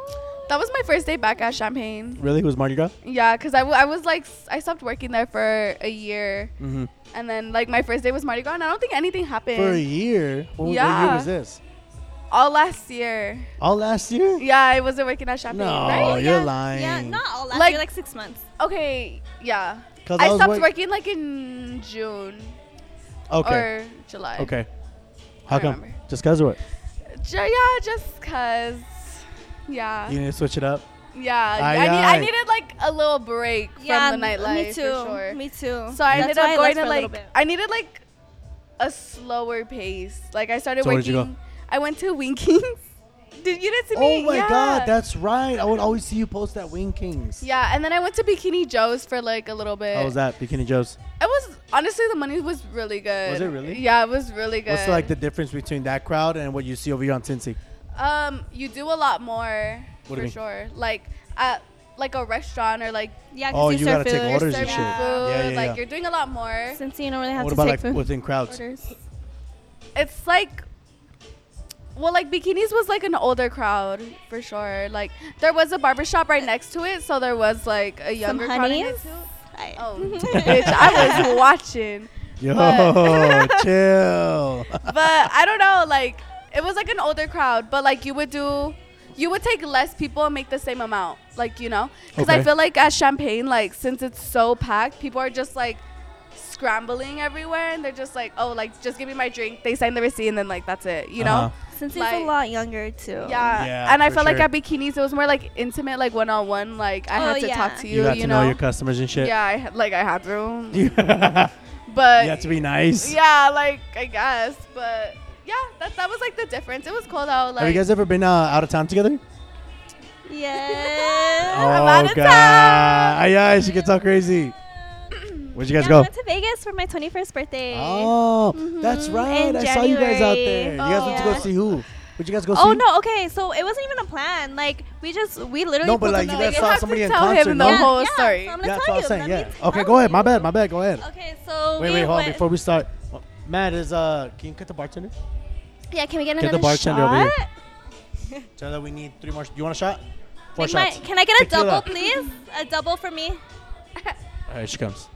S3: That was my first day back at Champagne.
S4: Really? It was Mardi Gras?
S3: Yeah, because I, w- I was like, s- I stopped working there for a year.
S4: Mm-hmm.
S3: And then, like, my first day was Mardi Gras, and I don't think anything happened.
S4: For a year. What, was- what year
S3: Yeah.
S4: was this?
S3: All last year.
S4: All last year?
S3: Yeah, I wasn't working at Champagne.
S4: No,
S3: Right?
S4: you're
S2: yeah,
S4: lying.
S2: Yeah, not all last
S3: Like-
S2: year, like six months.
S3: Okay, yeah.
S4: 'Cause
S3: I
S4: was
S3: stopped
S4: work-
S3: working, like, in June
S4: Okay.
S3: or July.
S4: okay. How
S3: I
S4: come?
S3: remember.
S4: Just cause of what?
S3: Ju- yeah, just because. Yeah.
S4: You need to switch it up.
S3: Yeah,
S4: Aye,
S3: I, need,
S4: aye.
S3: I needed like a little break
S2: yeah,
S3: from the
S2: m-
S3: nightlife.
S2: Me too.
S3: For sure.
S2: Me too.
S3: So I ended
S2: That's why
S3: up going
S2: left
S3: to
S2: for a little
S3: like
S2: bit.
S3: I needed like a slower pace. Like I started
S4: So where'd
S3: working.
S4: you go?
S3: I went to Winkings. *laughs* Did you didn't see
S4: Oh
S3: me?
S4: my
S3: yeah.
S4: god, that's right. I would always see you post that Wing Kings.
S3: yeah, and then I went to Bikini Joe's for like a little bit.
S4: How was that, Bikini Joe's?
S3: It was honestly the money was really good.
S4: Was it really?
S3: Yeah, it was really good.
S4: What's like the difference between that crowd and what you see over here on Cincy?
S3: um you do a lot more
S4: What do
S3: for
S4: you mean?
S3: sure. Like at like a restaurant or like
S2: Yeah, 'cause
S4: Oh, you gotta
S2: serve
S4: take
S2: food.
S4: orders
S3: serving
S4: and
S3: food.
S4: shit.
S2: Yeah.
S4: Yeah, yeah,
S3: like
S4: yeah.
S3: you're doing a lot more.
S2: Since you don't really have
S4: What
S2: to
S4: about
S2: take
S4: like
S2: food.
S4: within crowds?
S2: *laughs* orders.
S3: it's like well like bikinis was like an older crowd for sure like there was a barbershop right next to it so there was like a younger crowd in it
S2: honeys?
S3: too.
S2: I, *laughs*
S3: Oh, *laughs* bitch, I was watching.
S4: Yo,
S3: But-
S4: *laughs* chill.
S3: But I don't know, like it was like an older crowd, but like you would do you would take less people and make the same amount, like you know, because I
S4: Okay.
S3: feel like at Champagne, like since it's so packed, people are just like scrambling everywhere, and they're just like, oh, like just give me my drink. They sign the receipt, and then like that's it, you know?
S4: Uh-huh.
S2: since he's
S3: like-
S2: a lot younger too.
S3: Yeah.
S4: Yeah,
S3: and I
S4: for
S3: felt like
S4: sure.
S3: at bikinis, it was more like intimate, like one on one. Like I
S2: Oh,
S3: had to
S2: yeah.
S3: talk to you,
S4: You
S3: you,
S4: got to know,
S3: know?
S4: your customers and shit.
S3: yeah, I, had- like I had to,
S4: *laughs* you have
S3: but
S4: to be nice.
S3: Yeah, like I guess, but yeah, that that was like the difference. It was cold out. Like
S4: Have you guys ever been uh, out of town together?
S2: Yeah.
S4: Oh.
S3: I'm out of
S4: god! Ay, ay, she gets all crazy. Where'd you guys
S2: I
S4: go?
S2: went to Vegas for my 21st birthday.
S4: Oh, that's
S2: Mhm.
S4: right.
S2: In
S4: I saw you guys out there.
S2: January. Oh,
S4: You guys went to
S2: Yeah.
S4: go see who? Would you guys go see?
S2: Oh no, okay. So it wasn't even a plan. Like we just we literally
S4: No, but
S2: pulled
S4: like
S2: up
S4: you
S2: to
S4: guys
S2: Vegas.
S4: saw
S3: have to
S4: somebody in
S3: tell him
S4: concert.
S3: the
S4: no?
S2: yeah,
S3: whole
S2: yeah,
S3: story.
S2: So I'm gonna
S4: That's
S2: tell
S4: what I'm
S2: you.
S4: saying.
S2: Let
S4: Yeah.
S2: me
S4: Okay,
S2: tell
S4: go ahead.
S2: you.
S4: My bad. My bad. Go ahead.
S2: Okay, so
S4: Wait,
S2: we
S4: wait, hold on.
S2: went,
S4: Before we start, well, Matt is uh, can you cut the bartender?
S2: Yeah, can we get,
S4: the
S2: another
S4: bartender
S2: shot?
S4: over here. Tell that we need three more. sh- You want a shot? Four
S2: Like, my-
S4: shots.
S2: can I get a
S4: Tequila.
S2: double, please? A double for me.
S4: All right, she comes.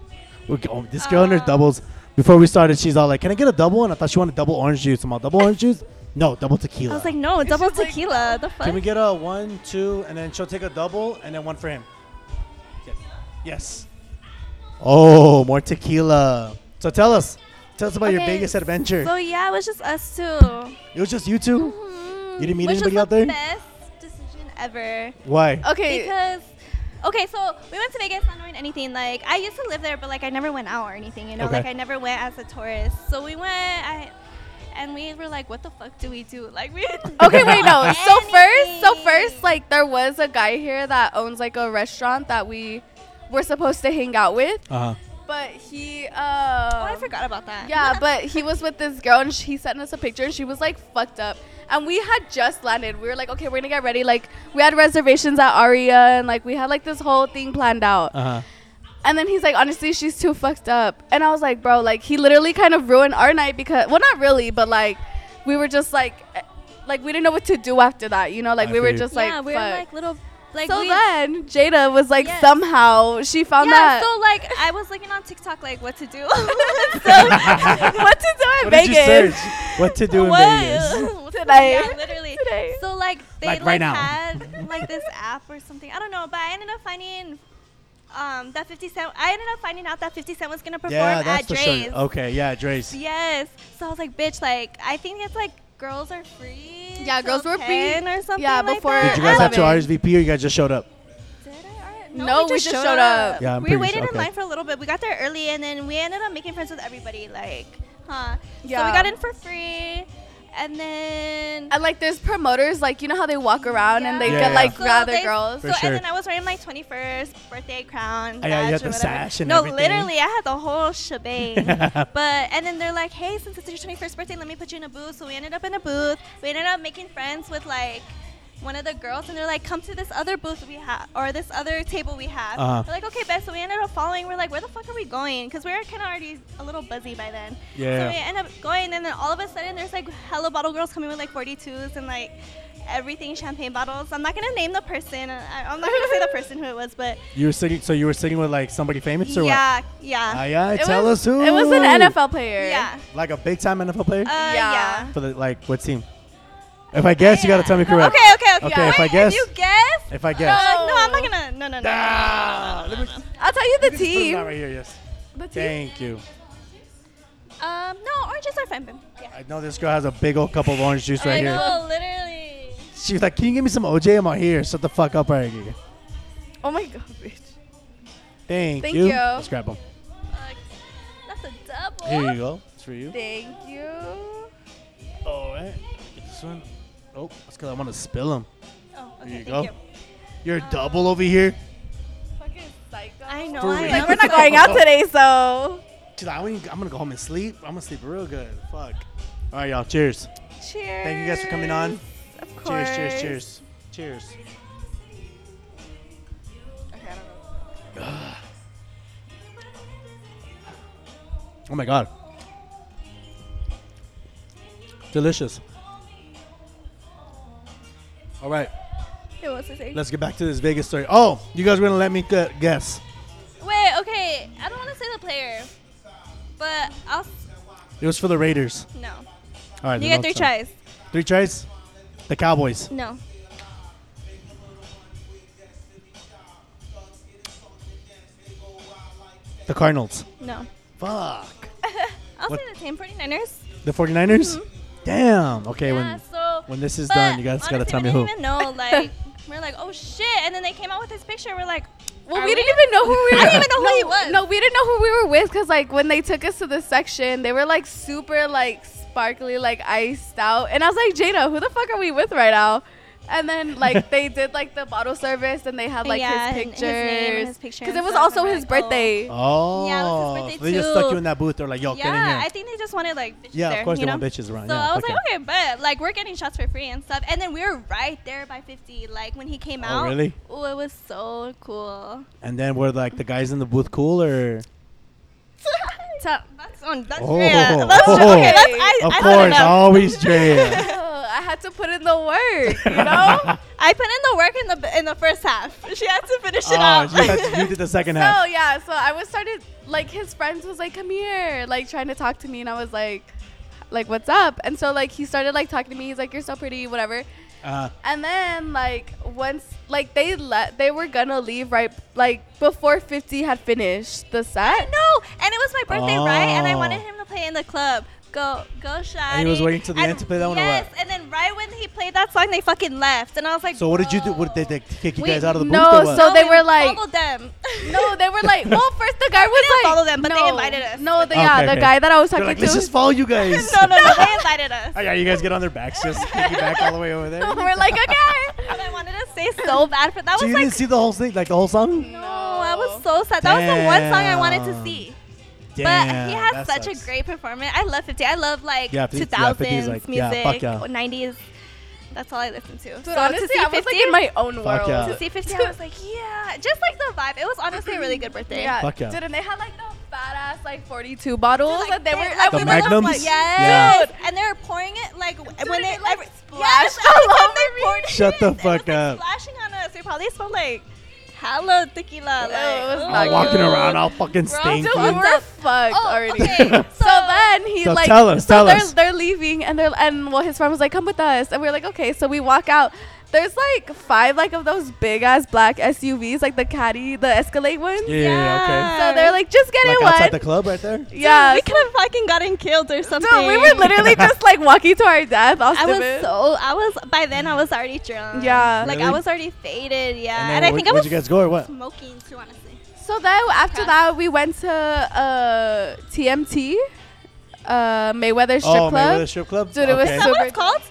S4: We go- oh, this girl and her
S2: Uh.
S4: doubles. Before we started, she's all like, "Can I get a double?" And I thought she wanted double orange juice. I'm all double orange juice. No, double tequila.
S2: I was like, no, double
S3: just like- "Oh,
S2: tequila. the fuck?
S4: Can we get a one, two, and then she'll take a double and then one for him? Yes. Yes. Oh, more tequila. So tell us. Tell us about your
S2: Okay,
S4: Vegas adventure.
S2: So yeah, it was just us 2 You
S4: it was just you two? didn't meet
S2: Which
S4: anybody
S2: was
S4: out there?
S2: The best decision ever.
S4: Why?
S3: Okay,
S2: Because okay, so we went to Vegas not knowing anything. Like I used to live there, but like I never went out or anything. You know,
S4: Okay.
S2: like I never went as a tourist. So we went, I, and we were like, "What the fuck do we do?" Like we. Oh,
S3: okay,
S2: *laughs*
S3: wait, no. So first, so
S2: Anything.
S3: first, like there was a guy here that owns like a restaurant that we were supposed to hang out with,
S4: Uh huh.
S3: but he, uh,
S2: Oh, I forgot about that.
S3: Yeah, but he was with this girl and she sent us a picture and she was like fucked up. And we had just landed. We were like, okay, we're gonna get ready. Like we had reservations at Aria and like we had like this whole thing planned out.
S4: Uh huh.
S3: And then he's like, honestly, she's too fucked up. And I was like, bro, like he literally kind of ruined our night because, well, not really, but like we were just like, eh, like we didn't know what to do after that, you know? Like
S4: I
S3: we were
S4: feel you.
S3: just like,
S2: yeah, we were
S3: fuck.
S2: like little, like
S3: so
S2: we.
S3: then Jada was like,
S2: Yes.
S3: somehow she found
S2: yeah,
S3: that *laughs*
S2: so like I was looking on TikTok like what to do. *laughs*
S4: *laughs*
S3: what to do in
S4: What
S3: Vegas.
S4: did you search? What to do in
S2: *laughs*
S4: Vegas?
S3: Today.
S2: Yeah, literally.
S3: Today.
S2: So like they
S4: Like,
S2: like,
S4: right now.
S2: had like this app or something. I don't know, but I ended up finding um that 50 Cent. I ended up finding out that 50 Cent was gonna perform
S4: Yeah, that's
S2: at
S4: for
S2: Dre's.
S4: sure. Oh. Okay, yeah, Dre's.
S2: Yes. So I was like, bitch, like I think it's like girls are free.
S3: Yeah,
S2: till
S3: girls were free.
S2: 10 or something.
S3: Yeah,
S2: like
S3: before-
S2: that.
S4: Did you guys
S2: I
S4: have to
S2: don't-
S3: Eleven.
S4: RSVP or you guys just showed *laughs* up?
S2: Did I already-
S3: No, we just showed up.
S4: Yeah, I'm
S2: we
S4: pretty
S2: waited
S4: sure-
S2: in
S4: okay.
S2: line for a little bit. We got there early, and then we ended up making friends with everybody. Like, huh? So
S3: Yeah.
S2: we got in for free, and then
S3: And like there's promoters, like you know how they walk around and they
S4: Yeah.
S3: get like
S2: So
S3: rather
S2: they-
S3: girls.
S2: So
S4: For sure.
S2: and then I was wearing my 21st birthday crown.
S4: Oh, yeah, you
S2: badge
S4: had
S2: or
S4: the
S2: whatever.
S4: sash and
S2: No,
S4: everything.
S2: literally, I had the whole shebang.
S4: *laughs*
S2: but and then they're like, hey, since it's your 21st birthday, let me put you in a booth. So we ended up in a booth. We ended up making friends with like. One of the girls and they're like, "Come to this other booth we have, or this other table we have."
S4: Uh-huh.
S2: We're like, "Okay, best." So we ended up following. We're like, "Where the fuck are we going?" Because we were kind of already a little buzzy by then.
S4: Yeah.
S2: So we end up going, and then all of a sudden, there's like hella bottle girls coming with like 42s and like everything champagne bottles. I'm not gonna name the person. I, I'm not gonna say the person who it was, but
S4: You were singing, so you were singing with like somebody famous or
S2: yeah,
S4: what?
S2: yeah,
S4: Ay, ay,
S3: It
S4: tell
S3: was-
S4: us who.
S3: It was an NFL player.
S2: yeah,
S4: Like a big time NFL player?
S2: uh, yeah.
S3: Yeah.
S4: For the, like, what team? If I guess, you gotta tell me
S2: Okay,
S4: correct.
S2: okay, okay.
S4: Okay, if I
S2: Wait,
S4: guess-
S2: you guess.
S4: If I
S2: I'm
S4: guess.
S2: like, no, I'm not gonna. No, no, no.
S4: Ah, let me-
S3: I'll tell you the
S4: Just put it
S3: team.
S4: down right here, yes.
S3: The team.
S4: Thank you.
S2: Um, no, oranges are fine. babe. Yeah.
S4: I know this girl has a big old cup of orange juice right
S2: I
S4: here.
S2: know, literally.
S4: She's like, "Can you give me some OJ?" I'm out here. Shut the fuck up, right here.
S3: Oh my god, bitch.
S4: Thank,
S3: Thank
S4: you.
S3: you.
S4: Let's grab them.
S2: Fuck. Uh, that's a double. Oh,
S4: Here you go. It's for you.
S3: Thank you.
S4: All right. Get this one. Oh, that's because I want to spill them.
S2: Oh, okay,
S4: Here you
S2: thank
S4: go.
S2: you.
S4: You're double over here.
S3: Fucking psycho.
S2: I know.
S4: For
S2: I
S3: Like
S4: real.
S2: am
S3: we're not
S2: so-
S3: going out today, so
S4: She's like, I ain't- I'm gonna go home and sleep. I'm gonna sleep real good. Fuck. All right, y'all. Cheers.
S3: cheers.
S4: *laughs* Thank you guys for coming on.
S3: Of course.
S4: Cheers. Cheers. Cheers. Cheers.
S3: Okay, I don't know.
S4: Oh my god. Delicious. All right,
S2: Hey, what's his name?
S4: let's get back to this Vegas story. Oh, you guys were gonna let me gu- guess.
S2: Wait, okay. But I'll s-
S4: It was for the Raiders.
S2: no.
S4: All right. then
S2: You get
S4: don't
S2: three
S4: tell.
S2: tries.
S4: Three tries. The Cowboys.
S2: No.
S4: The Cardinals.
S2: No.
S4: Fuck.
S2: I'll
S4: What-
S2: say the same 49ers.
S4: The 49ers. Damn. Okay.
S2: Yeah,
S4: When
S2: so
S4: when this is
S2: Mm-hmm. but
S4: done, you guys gotta
S2: honestly,
S4: tell
S2: we
S4: me
S2: didn't
S4: who.
S2: Even know,
S4: *laughs*
S2: like we're like, oh shit, and then they came out with this picture. and We're like,
S3: Well,
S2: Are
S3: we
S2: we?
S3: didn't even know who we were.
S2: I didn't even know who
S3: no,
S2: he was.
S3: No, we didn't know who we were with because like when they took us to the section, they were like super like sparkly, like iced out, and I was like, Jada, who the fuck are we with right now? And then like
S2: *laughs*
S3: they did like the bottle service, and they had like
S2: Yeah, and
S3: his
S2: his
S3: pictures,
S2: name and his picture
S3: because it
S2: and
S3: was
S2: stuff,
S3: also
S2: and we're
S3: his
S2: like, oh.
S3: birthday.
S4: Oh.
S2: Yeah, it was his birthday
S4: they just stuck
S2: too.
S4: you in that booth. They're like, yo, get in
S2: yeah,
S4: here.
S2: I think they just wanted like bitches
S4: yeah,
S2: there,
S4: of course
S2: you
S4: they
S2: know?
S4: want bitches around.
S2: So
S4: yeah,
S2: I was
S4: fuck
S2: like,
S4: it.
S2: okay, but like we're getting shots for free and stuff. And then we were right there by 50. Like when he came
S4: Oh,
S2: out.
S4: really?
S2: Oh, it was so cool.
S4: And then were like the guys in the booth cool or?
S3: So- *laughs*
S2: That's on. That's
S4: Oh.
S2: oh. That's
S4: Oh.
S2: okay. That's *laughs* I.
S4: Of
S2: I don't
S4: course,
S2: know.
S4: always
S2: *laughs*
S4: Drea.
S3: I had to put in the work, you know.
S2: I put in the work in the in the first half. She had to finish it
S4: *laughs* oh,
S2: out.
S4: you, had- you did the second
S3: So
S4: half.
S3: yeah, so I was started like his friends was like, "Come here," like trying to talk to me, and I was like, "Like what's up?" And so like he started like talking to me. He's like, "You're so pretty," whatever.
S4: Uh,
S3: And then like once like they let they were gonna leave right like before 50 had finished the set.
S2: *laughs* No, and it was my birthday, right? And I wanted
S4: Oh.
S2: him to play in the club. Go, go, shawty.
S4: he was waiting till the end to play that one or
S2: Yes,
S4: what?
S2: and then right when he played that song, they fucking left, and I was like,
S4: so what did you do? What did they, they kick you
S2: We-
S4: guys out of the booth?
S3: no,
S4: or what?
S3: so- they
S2: we
S3: were like-
S2: followed them.
S3: *laughs* No, they were like, well, first the
S2: *laughs*
S3: guy was
S2: didn't
S3: like,
S2: follow them, but they
S3: no.
S2: invited us.
S3: No, the,
S4: Okay,
S3: yeah, the
S4: okay.
S3: guy that I was
S4: they're
S3: talking
S4: like,
S3: to.
S4: let's just follow you guys.
S2: *laughs* no, no, no, they invited us.
S4: *laughs* Oh, yeah, you guys get on their backs, just piggyback all the way
S2: *laughs*
S4: over there.
S3: *laughs* we're
S4: *laughs*
S3: like, okay.
S2: But I wanted to say so bad for that.
S4: so
S2: Was
S4: you
S2: like,
S4: didn't see the whole thing, like the whole song?
S2: no, I was so sad. That was the one song I wanted to
S4: Damn.
S2: see.
S4: Damn,
S2: but he
S4: that
S2: has such
S4: sucks.
S2: a great performance. I love 50. I love like
S4: Yeah, 50 yeah,
S2: 2000s
S4: 50 is like- yeah,
S2: music,
S4: fuck yeah.
S2: 90s. That's all I listen to.
S3: Dude, honestly,
S2: to see
S3: I was
S2: 50,
S3: like in my own
S4: Fuck
S3: world.
S4: yeah.
S2: to see 50, I was like, yeah, just like the vibe. It was honestly a really good birthday.
S3: Yeah.
S4: Fuck yeah.
S3: Dude, and they had like the fat ass like 42 bottles
S2: Like,
S3: and they were
S2: they're,
S3: and
S2: like,
S4: The
S3: we were
S2: little
S3: like,
S4: Magnums?
S2: flag-
S4: Yeah.
S2: Yes. And they're pouring it like w-
S3: Dude,
S2: when
S3: and
S2: they
S3: it, like,
S2: every-
S3: splashed
S2: Yes, every
S3: all
S2: time
S3: over
S2: they
S3: me.
S2: poured it
S4: Shut
S2: in,
S4: the
S2: it was,
S4: fuck
S2: like,
S4: up.
S2: Splashing on us. They probably smelled like hello tequila.
S3: Oh, it was
S2: like,
S3: not
S4: I'm
S3: good.
S4: walking around, I'll fucking
S2: Bro,
S4: stink.
S3: dude,
S4: you.
S3: we were fucked
S2: Oh,
S3: already.
S4: *laughs*
S2: okay.
S3: So then he
S4: So
S3: like
S4: tell us,
S3: so
S4: tell
S3: they're,
S4: us.
S3: they're leaving and they're and well his friend was like come with us and we are like okay so we walk out there's like five like of those big ass black SUVs like the Caddy the Escalade ones
S4: yeah, yeah,
S3: so they're like just get
S4: okay.
S3: in
S4: Like outside the
S3: one
S4: club right there?
S3: yeah
S2: we could have fucking gotten killed or something.
S3: dude we were
S4: *laughs*
S3: literally just like walking to our death all
S2: I was
S3: stupid.
S2: so I was by then I was already drunk.
S3: Yeah.
S2: like
S4: Really?
S2: I was already faded. Yeah,
S4: And then
S2: and, I
S4: where-
S2: think I
S4: where'd
S2: was
S4: you guys go or what?
S2: smoking too. Honestly,
S3: So then after
S2: Okay.
S3: that, we went to uh, TMT, uh, Mayweather Strip
S4: oh,
S3: Club.
S4: Mayweather strip club?
S3: Dude, it was
S4: Okay.
S2: is that
S3: so-
S2: what
S3: Super-
S2: it's called?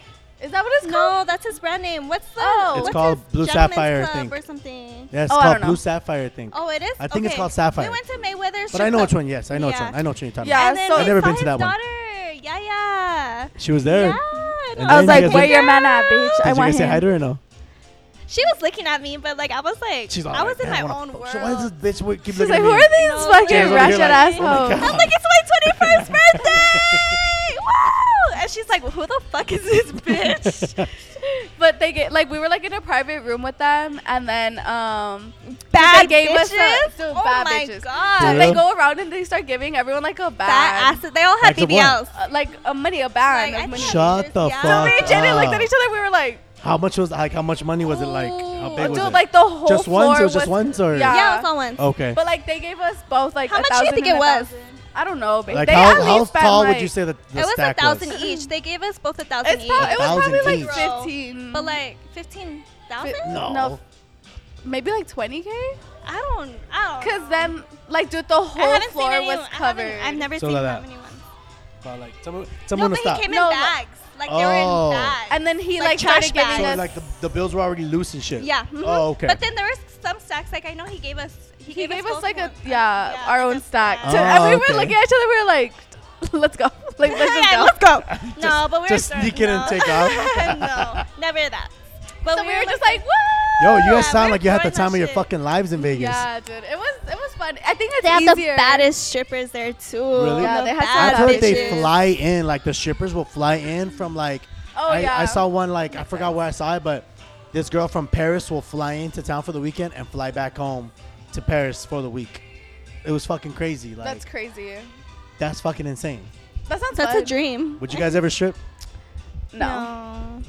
S3: Is that what it's called?
S2: No, that's his brand name. What's the?
S3: Oh. It's
S2: what's
S4: called
S2: his
S4: Blue
S2: Gentleman's
S4: Sapphire, I
S2: Club
S4: think.
S2: or something.
S4: Yeah, it's
S3: Oh, I
S4: called
S3: don't know.
S4: Blue Sapphire, I think.
S2: Oh, it is.
S4: I think it's
S2: Okay.
S4: called Sapphire.
S2: We went to Mayweather's.
S4: but I know which
S2: strip club.
S4: one. Yes, I know which
S2: Yeah.
S4: one. I know which one you're talking
S3: Yeah,
S2: and then
S3: so-
S2: we
S3: I've
S4: never been
S2: saw
S4: to that
S2: his
S4: one.
S2: daughter. Yeah, yeah.
S4: about. She was there.
S2: Yeah.
S4: And
S3: I was
S4: then
S3: like,
S4: you guys
S3: where
S4: went-
S3: your man at, bitch?
S4: Did
S3: I
S4: you
S3: want
S4: guys say hi
S3: him.
S4: to her or no?
S2: She was looking at me, but like I was like,
S4: She's all
S2: I was
S4: like,
S2: in
S4: "Man,
S2: my
S4: I wanna
S2: own
S4: fuck."
S2: world.
S4: So why does this bitch w- keep
S3: She's
S4: looking
S3: like,
S4: at
S3: who
S4: me?
S3: are these
S2: No,
S3: fucking
S2: James
S4: over
S3: ratchet
S4: here like, oh my
S2: *laughs*
S3: assholes?
S4: God.
S2: I was like, it's my 21st birthday! *laughs* Wow! And she's like, who the fuck is this bitch?
S3: *laughs* But they get like we were like in a private room with them, and then um,
S2: bad
S3: gave
S2: bitches?
S3: us a- dude,
S2: oh
S3: bad
S2: my
S3: bitches.
S4: For
S2: god.
S4: real?
S3: they go around and they start giving everyone like a
S2: Fat
S3: bag,
S2: asses. They all had
S4: Bags of
S2: BBLs.
S3: uh, like a money, a bag.
S2: Like, I
S3: of money.
S2: think
S4: Shut
S2: I needed-
S4: the
S2: yeah.
S4: fuck
S3: So me and Jaden looked
S4: up.
S3: at each other. We were like,
S4: How much was like? How much money was it like? How big
S3: dude,
S4: was it?
S3: like the whole
S4: just
S3: floor
S4: once or just
S3: was-
S4: once or?
S3: Yeah.
S2: Yeah, it was all once.
S4: Okay.
S3: But like they gave us both like
S2: How
S3: a
S2: much do you
S3: thousand
S2: think
S3: and a
S2: it was?
S3: thousand. I don't know, but
S4: like
S3: they
S4: how
S3: at
S4: how
S3: least spent,
S4: tall
S3: like,
S4: would you say that the
S2: It was a
S4: stack *laughs*
S2: thousand
S4: was?
S2: each. They gave us both a thousand
S3: It's
S2: each.
S3: prob- it was
S4: 1,000
S3: probably like
S2: each.
S3: 15.
S2: but like fifteen thousand?
S3: Fi-
S4: No.
S3: No. Maybe like 20K?
S2: I don't. I don't.
S3: Because
S2: know.
S3: then, like, dude, the
S2: I
S3: whole
S2: haven't seen
S3: floor
S2: anyone-
S3: was
S2: I haven't-
S3: covered.
S2: I've never
S4: So
S2: seen
S4: like
S2: that
S4: that.
S2: many ones.
S4: But like someone,
S2: No,
S4: someone
S2: but
S4: to stop.
S2: he came
S3: No,
S2: in
S3: like-
S2: bags. Like they were
S4: Oh.
S2: in bags.
S3: and then he,
S2: Like
S3: like, tried
S2: trash
S3: started giving
S2: bags.
S4: so
S3: us.
S4: like the, the bills were already loose and shit.
S2: Yeah. mhm.
S4: Oh, okay.
S2: But then there was some stacks. Like I know he gave us. He,
S3: mm-hmm. he gave us,
S2: both
S3: like, a,
S2: one-
S3: yeah, our
S2: like
S3: own
S2: a
S3: stack.
S4: Oh,
S3: To-
S2: *laughs*
S3: and we
S4: okay.
S3: were looking at each other, we were like, *laughs* let's go. Like, let's
S2: *laughs*
S3: just
S2: Yeah,
S3: go.
S2: let's go. no, but we were
S4: just
S2: drunk.
S4: sneak in and
S2: No. *laughs*
S4: take off.
S2: no, never that. But
S3: So we were just like, woo!
S4: Yo, you
S2: Yeah,
S4: guys sound
S2: we're
S4: like you had the
S2: throwing that
S4: time of your
S2: shit.
S4: fucking lives in Vegas.
S3: Yeah, dude. It was, it was fun. I think it's
S2: they have
S3: easier.
S2: the baddest strippers there too.
S4: Really?
S3: Yeah, they had
S4: I've
S3: some
S4: heard
S3: bad
S4: they
S3: bitches.
S4: fly in, like the shippers will fly in from like.
S3: Oh,
S4: I, I
S3: yeah.
S4: saw one like I forgot where I saw it, but this girl from Paris will fly into town for the weekend and fly back home to Paris for the week. It was fucking crazy. Like
S3: That's crazy.
S4: That's fucking insane.
S3: That sounds
S2: That's
S3: fun.
S2: a dream.
S4: Would you guys ever
S2: *laughs*
S4: strip?
S3: No.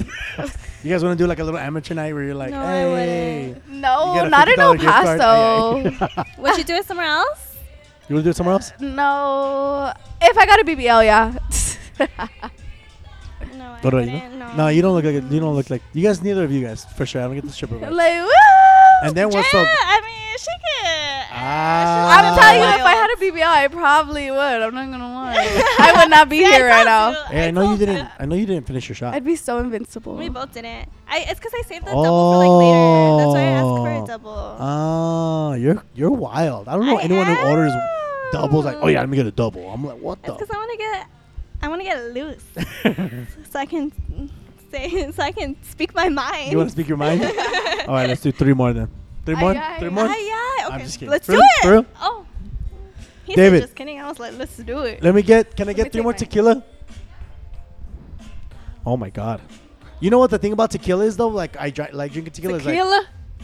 S4: You guys want to do like a little amateur night where you're like,
S2: No, I Oh,
S4: hey,
S3: No,
S4: you get a
S3: not in El
S4: $50 gift card?
S3: Paso.
S4: Yeah, yeah. *laughs*
S2: Would you do it somewhere else?
S4: you want to do it somewhere else?
S3: *laughs* No. If I got a BBL, yeah. *laughs*
S2: No, I
S4: Go to Aina?
S2: wouldn't,
S4: uh, No, you don't look like you don't look like you guys. Neither of you guys, for sure. I don't get the stripper. vibe.
S3: like, woo!
S4: And then what's
S2: yeah,
S4: up?
S2: I mean, she could.
S4: Ah.
S3: I'm telling you, if I had
S2: Wild.
S3: a BBL, I probably would. I'm not gonna
S4: *laughs*
S3: lie. *laughs* I would not be here right now.
S4: Hey, I know you didn't. I know you didn't finish your shot.
S3: I'd be so invincible.
S2: We both didn't. I it's because I saved the double for like later. That's why I asked for
S4: Oh.
S2: a double.
S4: Oh, you're you're wild. I don't know
S2: I
S4: anyone who orders
S2: am.
S4: doubles like, oh yeah, let me get a double. I'm like, what
S2: It's
S4: the?
S2: because I want to get, I want to get loose, so I can say, *laughs* so I can speak my
S4: *laughs*
S2: mind.
S4: you want to speak your
S2: *laughs*
S4: mind? All right, let's do three more then. Three more.
S3: Aye, aye,
S4: Three
S3: aye.
S4: more.
S2: Ah, yeah. Okay.
S4: I'm just kidding.
S2: Let's
S4: For
S2: do
S4: real?
S2: it.
S4: For real?
S2: Oh. He
S4: David.
S2: Said, just kidding. I was like, let's do it.
S4: Let me get. Can I
S3: me
S4: get three
S3: take
S4: more
S3: mine.
S4: tequila? Oh my god. You know what the thing about tequila is though? Like I dri- like drinking tequila, is like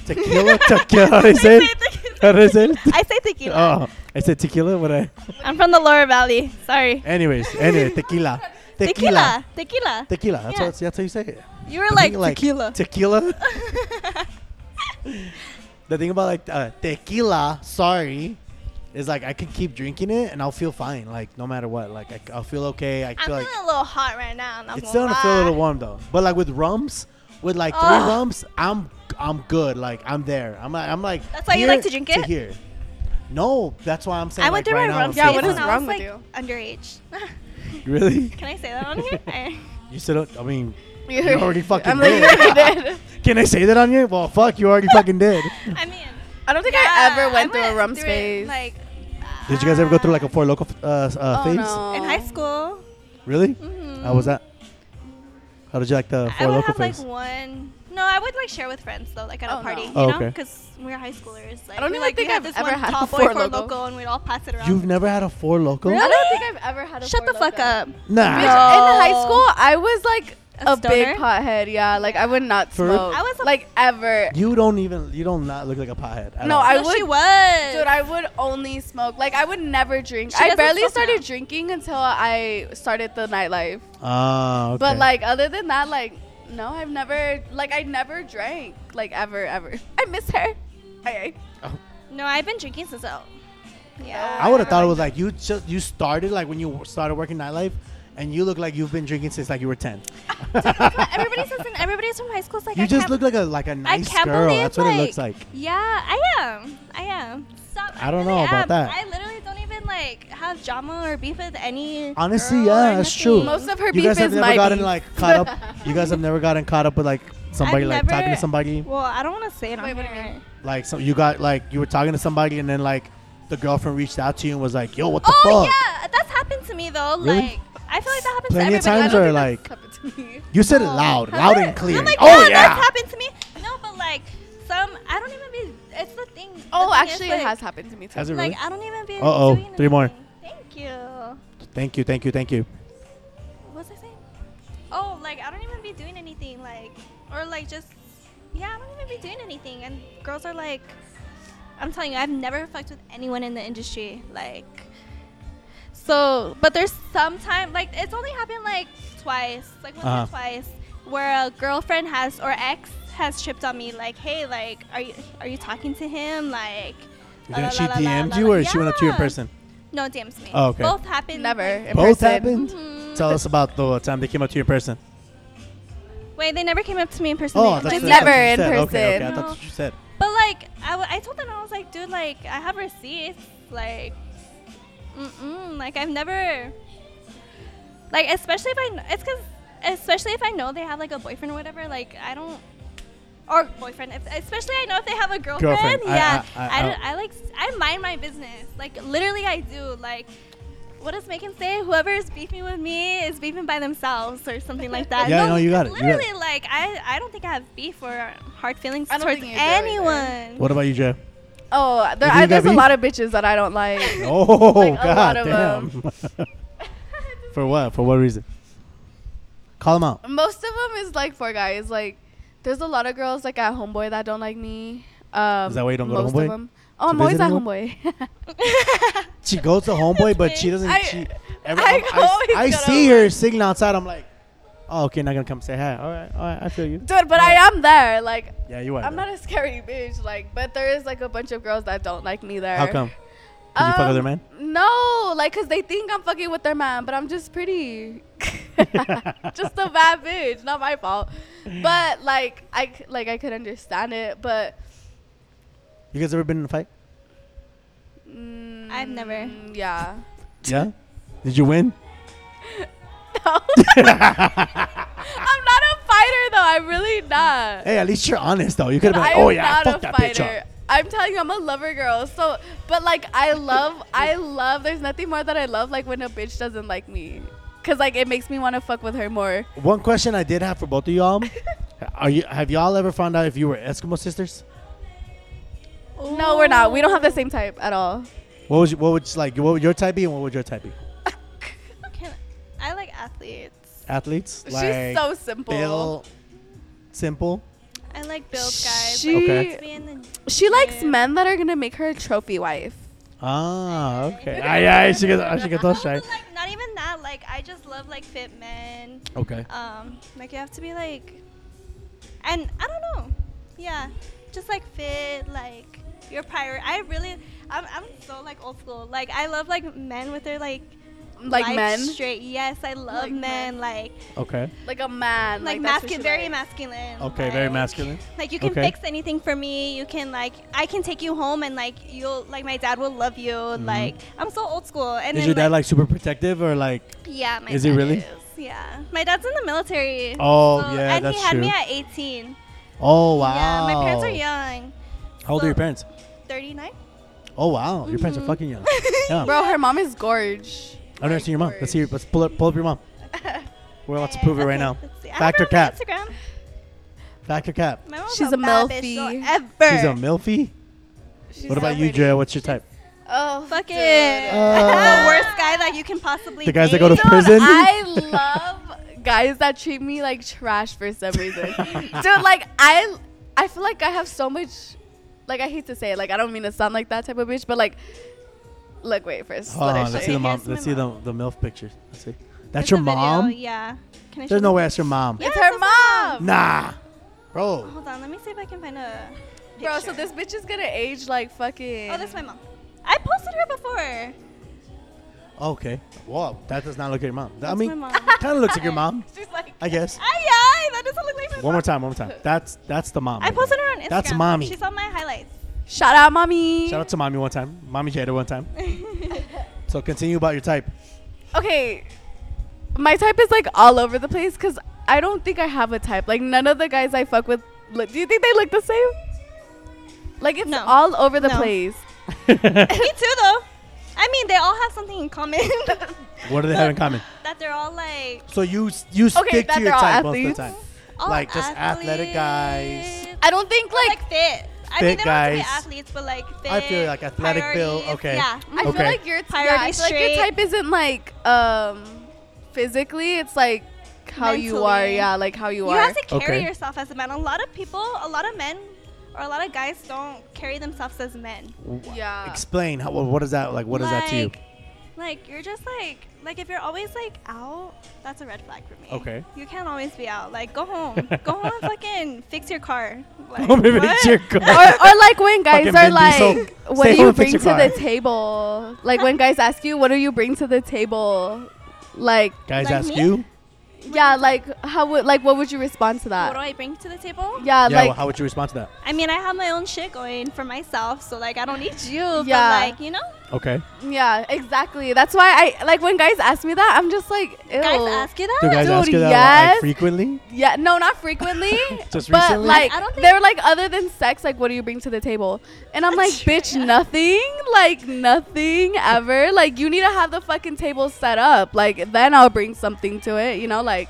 S4: tequila, tequila.
S2: *laughs*
S4: *laughs* How do I say it? How do I say it?
S2: I say tequila.
S4: Oh, I said tequila. What I?
S2: I'm from the Lower Valley. Sorry.
S4: Anyways, anyway, tequila, Eh, tequila,
S2: *laughs* Tequila. Tequila.
S4: tequila. That's
S2: Yeah.
S4: what. That's how you say it.
S2: You were
S4: The
S2: like,
S4: thing,
S2: tequila. *laughs*
S4: Tequila. the thing about like uh, tequila, sorry, is like I can keep drinking it and I'll feel fine. Like no matter what, like I, will feel okay. I
S2: I'm
S4: feel like
S2: feeling a little hot right now. And I'm
S4: it's still gonna feel a little warm though. But like with rums, with like three
S2: Ugh.
S4: rums, I'm I'm good. Like I'm there. I'm like I'm like.
S2: That's why you
S4: here
S2: like to drink
S4: to
S2: it?
S4: here. No, that's why I'm saying.
S2: I went
S4: like,
S2: through
S4: right
S2: my
S4: now,
S2: rum
S4: I'm
S3: Yeah,
S2: phase
S3: what
S4: feeling
S3: is
S2: when
S4: fine.
S2: I
S3: wrong
S2: was
S3: with
S2: like
S3: you?
S2: underage. *laughs*
S4: *laughs* Really?
S2: Can I say that
S4: *laughs*
S2: on here? Eh,
S4: You said it- I mean,
S3: You *laughs*
S4: You already fucking
S3: I'm like,
S4: did.
S3: you already did.
S4: can I say that on you? Well, fuck, you already fucking did.
S2: I mean,
S3: I don't think
S2: yeah,
S3: I ever went through a rum
S2: through it,
S3: space.
S2: Like,
S4: Did you guys ever go through like a four local uh, uh,
S3: Oh,
S4: phase?
S3: no.
S2: um, in high school?
S4: Really?
S3: Mm-hmm.
S2: Mhm.
S4: How was that? How did you like the
S2: I
S4: four
S2: would
S4: local
S2: have like
S4: phase?
S2: one. No, I would like share with friends though, like at a
S3: Oh,
S2: party,
S3: no.
S2: you
S4: Oh,
S2: know,
S4: okay.
S2: because we were high schoolers. Like,
S3: I don't
S2: we,
S3: even
S2: like, we
S3: think
S2: had
S3: I've
S2: this
S3: ever
S2: one
S3: had a
S2: tall boy
S3: Four
S2: for
S3: Loko.
S2: local, and we'd all pass it around.
S4: You've never had a four local?
S3: I
S2: Really?
S3: don't think I've ever had a
S2: Shut the
S3: four
S2: fuck
S3: loco.
S2: up.
S3: Bitch,
S4: Nah.
S2: No.
S3: in high school, I was like
S2: A
S3: a, big
S2: stoner?
S3: pothead. Yeah, like I would not
S4: For-
S3: smoke.
S2: I was a-
S3: like ever.
S4: You don't even. You don't not look like a pothead. At
S3: No,
S4: all.
S3: I
S2: No, She
S3: would-
S2: was.
S3: Dude, I would only smoke. Like I would never drink.
S2: She
S3: I
S2: doesn't
S3: barely
S2: smoke
S3: started
S2: now.
S3: drinking until I started the nightlife.
S4: Ah, okay.
S3: But like other than that, like no, I've never like I never drank like ever ever. *laughs* I miss her. I,
S2: no, I've been drinking since out. Yeah.
S4: I would have thought it was like you just you started like when you w- started working nightlife, and you look like you've been drinking since like you were ten.
S2: But everybody says, and everybody's from high school. It's
S4: *laughs*
S2: like
S4: you
S2: I
S4: just
S2: can't,
S4: look like a like a nice
S2: I can't
S4: girl.
S2: Believe,
S4: That's what it looks like.
S2: Yeah, I am. I am. Stop.
S4: I don't
S2: really
S4: know about
S2: am.
S4: that.
S2: I literally don't even like have drama or beef with any.
S4: Honestly,
S2: girl
S4: yeah,
S2: or
S4: that's
S2: nothing.
S4: true.
S3: most of her
S4: you
S3: beef
S4: guys
S3: is
S4: have never
S3: my
S4: gotten
S3: beef. *laughs*
S4: like caught
S2: *laughs*
S4: up. you guys have never gotten caught up with like somebody like talking to
S2: never-
S4: somebody.
S2: Well, I don't want to say it on
S3: Wait, what do you
S2: here.
S3: mean?
S4: Like so you got like you were talking to somebody and then like the girlfriend reached out to you and was like, "Yo, what the
S2: Oh
S4: fuck?"
S2: yeah, that's happened to me though.
S4: Really?
S2: Like I feel like that happens
S4: Plenty
S2: to
S4: of
S2: everybody.
S4: times
S2: I don't
S4: or
S2: think
S4: like
S3: Happened to me.
S4: you said it
S2: No.
S4: loud,
S2: Has
S4: loud
S2: Oh, it?
S4: and clear.
S2: Oh my
S4: oh
S2: god,
S4: yeah.
S2: that's happened to me. No, but like some I don't even be. It's the thing. the
S3: Oh,
S2: thing is,
S3: actually,
S2: like,
S3: it has happened to me too.
S4: Has it
S2: Like
S4: really?
S2: I don't even be.
S4: Uh-oh,
S2: doing
S4: three more.
S2: anything. Thank you.
S4: Thank you, thank you, thank you.
S2: What was I saying? Oh, like I don't even be doing anything. Like or like just yeah, I don't even be doing anything. And girls are like, I'm telling you, I've never fucked with anyone in the industry. Like. So, but there's sometime like it's only happened like twice, like once
S4: Uh-huh.
S2: or twice, where a girlfriend has or ex has tripped on me. Like, hey, like, are you are you talking to him? Like, la,
S4: Then
S2: la,
S4: she
S2: la, la,
S4: DM'd
S2: la,
S4: you
S2: la.
S4: or she went up to you in
S2: Yeah.
S4: person?
S2: No, DMs me.
S4: Oh, okay.
S2: Both happened.
S3: Never.
S2: like-
S3: In
S4: Both
S3: person.
S4: happened.
S2: Mhm.
S4: Tell us about the time they came up to you in person.
S2: Wait, they never came up to me in person.
S4: Oh,
S2: They-
S4: that's
S2: just
S3: never
S2: like-
S3: in
S4: Okay, okay, I
S3: person.
S4: thought
S2: No.
S4: that's what you said.
S2: But like, I, w- I told them I was like, dude, like I have receipts, like, mm-mm, like I've never, like especially if I, kn- it's because especially if I know they have like a boyfriend or whatever, like I don't. Or boyfriend, if, especially I know if they have a girlfriend.
S4: Girlfriend. I-
S2: Yeah,
S4: I-
S2: I,
S4: I-
S2: don't- I like s- I mind my business. Like literally, I do. Like, what does Macon say? Whoever is beefing with me is beefing by themselves or something like that.
S4: Yeah, no, you got it, you got it.
S2: Literally, like I, I don't think I have beef or hard feelings
S3: I don't
S2: towards
S3: think you do either.
S2: anyone.
S4: What about you, Jay?
S3: Oh, there,
S4: You think
S3: I, there's
S4: that
S3: a
S4: beef?
S3: lot of bitches that I don't like.
S4: *laughs* Oh,
S3: Like, a lot
S4: god
S3: of
S4: damn. *laughs* For what? For what reason? Call them out.
S3: Most of them is like for guys. Like, there's a lot of girls like at Homeboy that don't like me. Um,
S4: Is that why you don't go to
S3: most
S4: Homeboy?
S3: Of them. Oh,
S4: To
S3: I'm always
S4: visit
S3: at
S4: anyone?
S3: homeboy. *laughs*
S4: She goes to homeboy, but she doesn't.
S3: I-
S4: she, every,
S3: I
S4: I'm- I,
S3: always
S4: I
S3: go to
S4: see her sitting outside. I'm like, oh, okay, not gonna come say hi. All right, all right, I feel you.
S3: Dude, but I am there. Like,
S4: Yeah, you are.
S3: I'm
S4: though.
S3: not a scary bitch. Like, but there is like a bunch of girls that don't like me there.
S4: How come? Did you fuck other
S3: Um,
S4: man?
S3: No, like, cause they think I'm fucking with their man, but I'm just pretty. *laughs* just a bad bitch. Not my fault. But like, I c- like I could understand it, but.
S4: You guys ever been in
S3: *laughs*
S4: a fight?
S3: Mm,
S2: *laughs* I've never.
S3: Yeah. *laughs*
S4: Yeah. Did you win?
S3: No. *laughs* I'm not a fighter though. I'm really not.
S4: Hey, at least you're honest though. You could have
S3: I
S4: been.
S3: am
S4: Like, oh yeah,
S3: not
S4: fuck
S3: a
S4: that bitch
S3: fighter.
S4: up.
S3: I'm telling you, I'm a lover girl. So, but like, I love, I love. There's nothing more that I love like when a bitch doesn't like me, cause like it makes me want to fuck with her more.
S4: One question I did have for both
S3: *laughs*
S4: of y'all: Are you have y'all ever found out if you were Eskimo sisters?
S3: No, we're not. We don't have the same type at all. *laughs*
S4: What was what would like what would your type be and what would your type be?
S2: Can, I like athletes.
S4: Athletes
S3: She's
S4: like
S3: so simple.
S4: Bill, simple.
S2: I like build guys.
S3: She
S4: Okay.
S2: Be in the
S3: she likes
S2: gym.
S3: men that are gonna make her a trophy wife.
S4: Ah,
S3: *laughs*
S4: okay. Aye, aye, she gets, ah, she gets all shy.
S2: But, like not even that. Like I just love like fit men.
S4: Okay.
S2: Um, like you have to be like, and I don't know. Yeah, just like fit. Like your prior. I really. I'm, I'm so like old school. Like I love like men with their like
S3: Like
S2: life
S3: men,
S2: straight. Yes, I love
S3: Like men.
S2: men. Like
S4: Okay.
S3: like a man,
S2: like,
S3: that's what she
S2: masculine, very
S3: likes.
S2: masculine.
S4: Okay. Very
S2: like-
S4: masculine.
S2: Like you can
S4: Okay.
S2: fix anything for me. You can like I can take you home and like you'll like my dad will love you. Like I'm so old school.
S4: Mm-hmm.
S2: And
S4: Is
S2: then,
S4: your dad like super protective or like?
S2: Yeah, my
S4: Is he
S2: dad
S4: really?
S2: is, Yeah, my dad's in the military.
S4: Oh, yeah,
S2: and
S4: that's
S2: he had me
S4: true.
S2: at 18.
S4: Oh wow.
S2: Yeah, my parents are young.
S4: How old are your parents?
S2: 39.
S4: Oh wow, your parents are fucking young. *laughs* Yeah.
S3: Bro, her mom is gorge.
S4: I've never seen your mom. Let's see. Let's pull, up, pull up your mom. We're about to prove it
S2: Okay,
S4: right now.
S2: let's see. I have
S4: Factor
S2: her on my
S4: cap.
S2: Instagram.
S4: Factor cap.
S2: My mom's
S3: She's
S2: a
S3: a
S2: bad bitch,
S3: milfy.
S2: don't ever.
S4: She's a milfy.
S3: She's
S4: what
S3: so
S4: about you,
S3: pretty.
S4: Jay? What's your type?
S3: Oh,
S2: Fuck
S3: dude.
S2: it.
S4: Uh,
S2: the worst guy that you can possibly.
S4: The guys that go to
S2: date.
S3: Dude,
S4: prison.
S3: I love guys that treat me like trash for some
S4: *laughs*
S3: reason. Dude, like I I feel like I have so much like I hate to say it, like I don't mean to sound like that type of bitch, but like look wait first.
S4: Hold
S3: let it
S4: on, let's
S3: show
S4: see
S3: you.
S4: the mom.
S2: Here's my
S4: Let's see the
S2: mom.
S4: the milf pictures. Let's see. That's
S2: There's
S4: your
S2: a video,
S4: mom.
S2: Yeah. Can I show
S4: There's no
S2: you?
S4: way that's your mom.
S2: Yeah.
S3: It's her mom.
S4: Nah, bro.
S2: Hold on, let me see if I can find a.
S3: Bro, so this
S2: picture.
S3: bitch is gonna age like fucking
S2: Oh, that's my mom. I posted her before.
S4: Okay. Wow, that does not look like your mom. I
S2: That's
S4: mean,
S2: my mom.
S4: kind of looks like your mom,
S2: She's like,
S4: I guess.
S2: ay ay, that doesn't look like my
S4: One
S2: mom.
S4: more time. One more time. That's that's the mom.
S2: I
S4: right
S2: posted
S4: there.
S2: her on Instagram.
S4: That's mommy.
S2: She's on my highlights. *laughs*
S3: Shout out mommy.
S4: Shout out to mommy one time. Mommy Jada one time. so continue about
S3: *laughs*
S4: your type.
S3: okay my type is like all over the place because i don't think i have a type like none of the guys i fuck with look do you think they look the same like it's
S2: No.
S3: all over the
S2: No.
S3: place
S2: Me too, though. I mean, they all have something in common. *laughs*
S4: what do they have in common?
S2: that they're all like
S4: So you s- you stick
S3: that
S4: to your
S3: they're all
S4: type most of the
S3: athletes.
S4: time.
S2: all
S4: Like, just athletic guys.
S2: athletes.
S3: i don't think
S2: Like,
S3: like,
S2: fit. I
S4: fit
S2: mean, they don't have to be
S4: guys.
S2: athletes, but like fit.
S4: I feel like athletic build,
S2: priorities.
S4: okay.
S2: Yeah.
S3: i
S4: Okay.
S3: feel like your type yeah, I feel
S2: Priority
S3: like your
S2: straight.
S3: type isn't like um physically it's like how you are
S2: Mentally.
S3: yeah like how you,
S2: You
S3: are
S2: have to carry
S4: Okay.
S2: yourself as a man. A lot of people, a lot of men, or a lot of guys don't carry themselves as men.
S4: W-
S3: Yeah.
S4: Explain how wha- what is that like? What is that to you?
S2: Like- Like you're just like like if you're always like out, that's a red flag for me.
S4: Okay.
S2: You can't always be out. Like go
S4: *laughs*
S2: home, go home and fucking fix your car.
S4: *laughs*
S2: Like,
S4: Oh, maybe
S2: what?
S3: *laughs*
S4: it's your girl.
S3: *laughs* or, or like when guys
S4: Fucking
S3: are
S4: Vin Diesel.
S3: like, what do
S4: Stay home
S3: you
S4: and fix
S3: bring to
S4: your car."
S3: the table? Like when guys ask you, what do you bring to the table? Like,
S4: Guys
S2: Like
S4: ask
S2: me?
S4: you.
S3: yeah, like how would like what would you respond to
S2: What do
S3: that?
S2: I bring to the table?
S3: Yeah,
S4: yeah.
S3: Uh, like
S4: well, how would you respond to that?
S2: I mean, I have my own shit going for myself, so like I don't need you.
S3: Yeah.
S2: But like you know,
S4: Okay.
S3: yeah, exactly. That's why I like when guys ask me that, I'm just like, ew.
S2: guys ask you
S4: Do
S2: that.
S4: guys
S3: Dude,
S4: ask you that a lot, like,
S3: yes.
S4: frequently?
S3: yeah, no, not frequently.
S4: *laughs* Just
S3: but
S4: recently?
S3: like,
S2: I don't think-
S3: they're like other than sex, like what do you bring to the table? And I'm like, bitch, nothing, like nothing ever. Like you need to have the fucking table set up. Like then I'll bring something to it. You know, like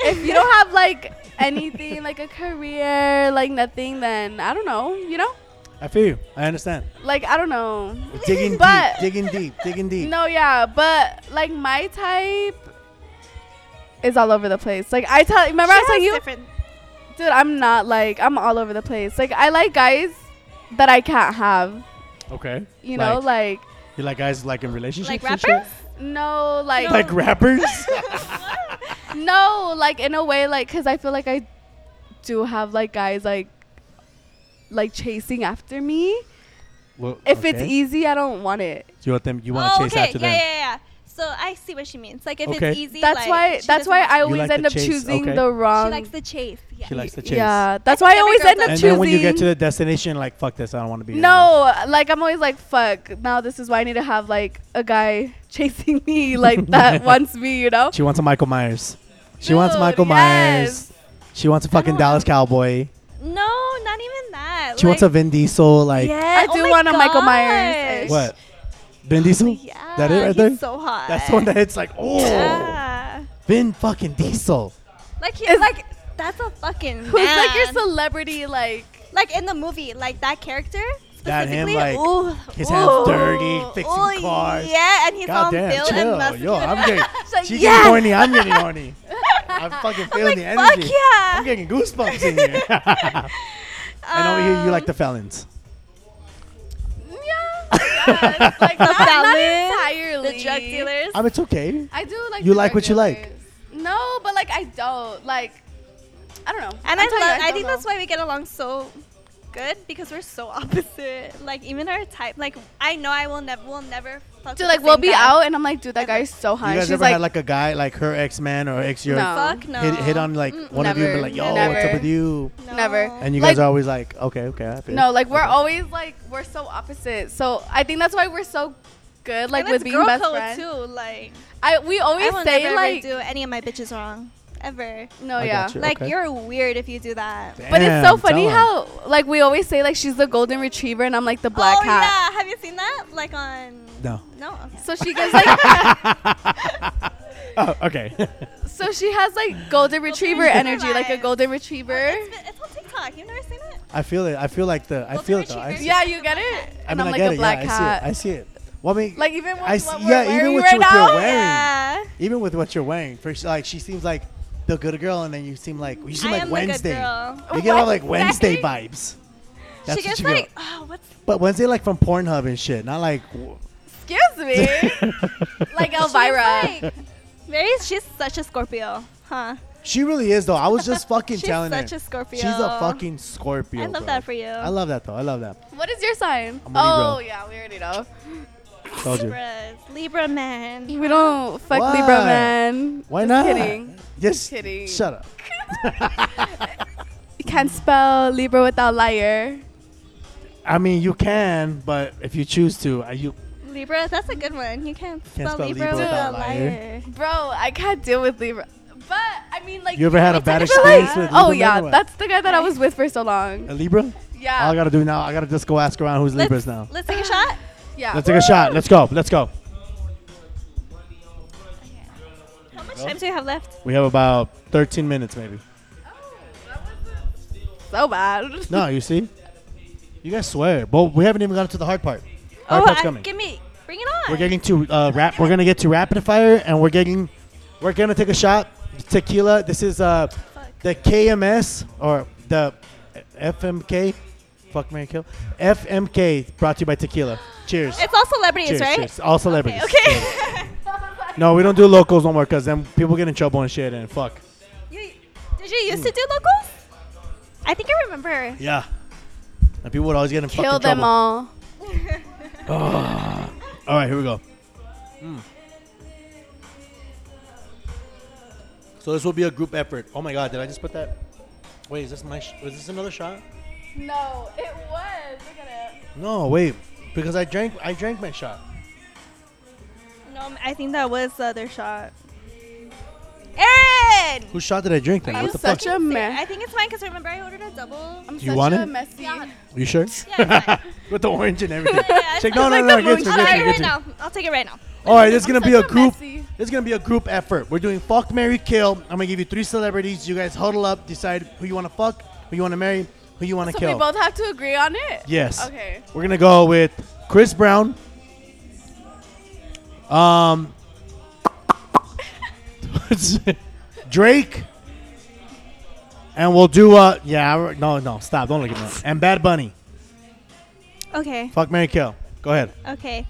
S3: if you don't have
S2: *laughs*
S3: like anything, like a career, like nothing, then I don't know. You know,
S4: I feel you. I understand.
S3: *laughs* like I don't know.
S4: We're digging
S3: But-
S4: deep. Digging deep. Digging deep.
S3: No, yeah, but like my type is all over the place. Like I tell, remember I was
S2: Shit
S3: telling
S2: is
S3: you, *laughs*
S2: different.
S3: dude, I'm not like I'm all over the place. Like I like guys that I can't have.
S4: Okay.
S3: You know, like
S4: you like guys like in relationships,
S2: Like
S4: and shit?
S2: rappers?
S3: no, like
S4: like rappers.
S3: no, like in a way, like because I feel like I do have like guys like like chasing after me.
S4: Well,
S3: *laughs* If it's
S4: okay.
S3: easy, I don't want it.
S4: you want them, you
S2: *laughs*
S4: want to
S2: oh,
S4: chase
S2: okay.
S4: after
S2: yeah,
S4: them.
S2: yeah, yeah. So I see what she means. Like if
S4: Okay.
S2: it's easy.
S3: That's
S2: like,
S3: why.
S2: she
S3: That's
S2: doesn't
S3: why
S2: like-
S3: I um,
S4: You
S3: always
S4: like the
S3: end up
S4: chase,
S3: choosing
S4: okay.
S3: the wrong.
S2: She likes the chase. Yeah.
S4: She likes the chase.
S3: Yeah, that's why
S2: think
S3: I
S2: every
S3: always
S2: girl
S3: end up
S4: And
S2: does
S3: choosing.
S4: then when you get to the destination, like fuck this, I don't want to be. here
S3: no, like I'm always like, fuck. Now this is why I need to have like a guy *laughs* chasing me, like
S4: *laughs*
S3: that wants me, you know.
S4: She wants a Michael Myers. She wants
S3: Dude,
S4: Michael Myers. She wants a fucking
S2: don't
S4: Dallas Cowboy.
S2: No, not even that.
S4: She wants a
S2: Like-
S4: Vin Diesel. Like
S2: Yeah.
S3: I do
S2: my
S3: want a Michael Myers.
S2: gosh.
S4: what? Vin Diesel?
S2: Oh, Yeah.
S4: That it right
S2: he's
S4: there?
S2: So hot.
S4: That's the one that hits like oh,
S2: Yeah.
S4: Vin fucking Diesel.
S2: Like he's
S3: Is-
S2: like that's a fucking
S3: Who's *laughs* like your
S2: man.
S3: celebrity? Like
S2: like in the movie, like that character
S4: That him,
S2: specifically.
S4: like,
S2: ooh,
S4: his
S2: ooh,
S4: hands dirty, fixing
S2: ooh,
S4: cars.
S2: Yeah, and he's on
S4: Goddamn,
S2: built and
S4: chill.
S2: muscular.
S4: Yo, I'm
S2: *laughs*
S4: getting.
S3: like,
S4: She's
S3: yes!
S4: getting horny. I'm getting horny. I'm fucking feeling the
S2: like, fuck
S4: energy.
S2: yeah.
S4: I'm getting goosebumps in here. *laughs* and over here, you like the
S2: *laughs*
S4: felons.
S3: yeah, yes,
S2: *laughs*
S3: like not, not
S2: felons,
S3: entirely.
S2: Um, the drug dealers.
S4: I mean, it's okay.
S3: I do like.
S4: You
S3: the
S4: like
S3: drug
S4: what you like.
S3: dealers. No, but like I don't like. I don't know.
S2: and I,
S3: I'm telling you,
S2: love, I
S3: don't
S2: think
S3: know.
S2: that's why we get along so good because we're so *laughs* opposite. Like even our type. Like I know I will never, will never. Fuck
S3: Dude,
S2: with
S3: like
S2: the
S3: we'll
S2: same
S3: be
S2: guy.
S3: out, and I'm like, dude, that guy's so hot.
S4: you
S3: And
S4: guys
S3: Uh, She's
S4: ever
S3: like,
S4: had like a guy, like her ex man or ex your
S3: No.
S2: Fuck no.
S4: hit, hit on like one of you and be like, yo,
S3: never.
S4: what's up with you?
S2: No.
S3: never.
S4: And you guys
S3: Like-
S4: are always like, okay, okay. I feel
S3: no, like we're
S4: okay.
S3: always like we're so opposite. So I think that's why we're so good, like
S2: And
S3: with
S2: it's
S3: being
S2: girl
S3: best
S2: code
S3: friends.
S2: too. Like
S3: I we
S2: I
S3: always
S2: will
S3: say
S2: never
S3: like
S2: do any of my bitches wrong ever.
S3: no,
S4: I
S3: yeah.
S4: got you.
S2: Like
S4: Okay.
S2: you're weird if you do that.
S3: But it's so
S4: Damn,
S3: funny
S4: tell 'em.
S3: how like we always say like she's the golden retriever and I'm like the black
S2: oh
S3: cat.
S2: yeah, have you seen that? Like on
S4: No. *laughs*
S2: no. Okay.
S3: So she gets *laughs* like
S4: Oh, okay. *laughs*
S3: so she has like golden retriever energy, like a
S2: vibes.
S3: golden retriever.
S2: Oh, it's, it's on TikTok. You've never seen it?
S4: I feel it. I feel like the. I
S2: Golden
S4: feel it. Though. I
S2: retriever.
S4: see-
S3: Yeah, you get it?
S4: I
S3: And I'm
S4: mean, I
S3: like
S4: get
S3: a
S4: it.
S3: black
S4: yeah,
S3: cat.
S4: I see it. I see it. Well, I mean,
S3: Like even with
S4: I
S3: what
S4: see-
S3: we're
S4: yeah,
S3: wearing
S4: even with
S3: right
S4: you- what you're
S3: now.
S4: wearing.
S2: Yeah.
S4: even with what you're wearing, for like she seems like the good girl, and then you seem like you seem
S2: I
S4: like
S2: am
S4: Wednesday.
S2: the good girl.
S4: You get all like Wednesday
S3: Wednesday?
S4: vibes. That's
S2: she gets
S4: what you
S2: like,
S4: get.
S2: oh, what's
S4: But Wednesday like from Pornhub and shit, not like. w-
S3: Excuse
S4: *laughs*
S3: me. like *laughs* Elvira.
S2: She's like, very, she's such a Scorpio, huh?
S4: She really is though. I was just fucking
S2: *laughs* She's
S4: telling her.
S2: such a Scorpio.
S4: She's a fucking Scorpio.
S2: I love
S4: bro.
S2: that for you.
S4: I love that though. I love that.
S3: What is your sign?
S4: I'm a
S3: Oh
S4: Libra.
S3: yeah, we already know.
S4: Told you.
S2: Libras, Libra man.
S3: We don't fuck
S4: Why?
S3: Libra man.
S4: Why
S3: Just
S4: not?
S3: Kidding.
S4: Just
S3: kidding.
S4: Shut up.
S2: *laughs*
S3: You can't spell Libra without liar.
S4: I mean, you can, but if you choose to, uh, you
S2: Libra, that's a good one. You can't,
S4: Can't spell
S2: Libra
S4: Libra without
S2: without liar.
S3: Bro, I can't deal with Libra. But I mean, like,
S4: You ever had a
S3: it's like
S4: bad
S3: if you're
S4: experience with
S3: Oh
S4: Libra man
S3: yeah,
S4: or what?
S3: that's the guy that I was with for so long.
S4: a Libra. All I
S3: Yeah,
S4: gotta do now, I gotta just go ask around who's Libras now.
S2: Let's take a shot.
S3: yeah.
S4: Let's take a shot. Let's go. Let's go.
S2: How much time do you have left?
S4: We have about 13 minutes, maybe.
S3: So bad. *laughs*
S4: No, you see, you guys swear, but we haven't even gotten to the hard part. Hard part's
S2: Oh, I-
S4: coming.
S2: give me, bring it on.
S4: We're getting to uh, rap. We're gonna get to rapid fire, and we're getting, we're gonna take a shot. Tequila. This is uh, the KMS or the FMK. Fuck Mary Kill. FMK brought to you by Tequila. Cheers.
S2: it's all celebrities,
S4: cheers,
S2: right?
S4: cheers. All celebrities. Cheers.
S2: Okay.
S4: *laughs* No, we don't do locals no more, cause then people get in trouble and shit, and fuck.
S2: *laughs* you, did you used to do locals? I think I remember.
S4: Yeah. And people would always get in
S3: Kill
S4: fucking
S3: them
S4: trouble.
S3: all.
S4: All right, here we go. Hmm. So this will be a group effort. Oh my god, did I just put that? Wait, is this my? Sh- was this another shot?
S3: No, it was. Look at it.
S4: No, wait, because I drank. I drank my shot.
S2: No, I think that was the other shot. Aaron!
S4: Whose shot did I drink? Then?
S3: Are
S4: What
S3: you
S4: the
S3: such
S4: fuck?
S3: a mess?
S2: I think it's mine because remember I ordered a double.
S3: I'm
S2: *laughs*
S4: Do you
S3: such
S4: want
S3: a
S4: it?
S3: messy.
S4: you sure?
S2: Yeah, it's fine.
S4: With the orange
S3: *laughs*
S4: and everything. *laughs*
S2: Yeah,
S4: She's like, no, no, no,
S3: like the
S4: get you,
S2: I'll
S4: get
S2: take
S4: you,
S2: it
S4: get
S2: right
S4: you.
S2: now. I'll take it right now.
S4: All right, this is gonna be a
S3: such a
S4: group.
S3: messy.
S4: This is gonna be a group effort. We're doing fuck, marry, kill. I'm gonna give you three celebrities. You guys huddle up, decide who you want to fuck, who you want to marry, who you want to
S3: So
S4: kill.
S3: we both have to agree on it.
S4: Yes.
S3: Okay.
S4: We're gonna go with Chris Brown. Um. *laughs* Drake. And we'll do uh yeah I re- no no stop don't look at me and Bad Bunny.
S2: Okay.
S4: Fuck Mary Kill. Go ahead.
S2: Okay.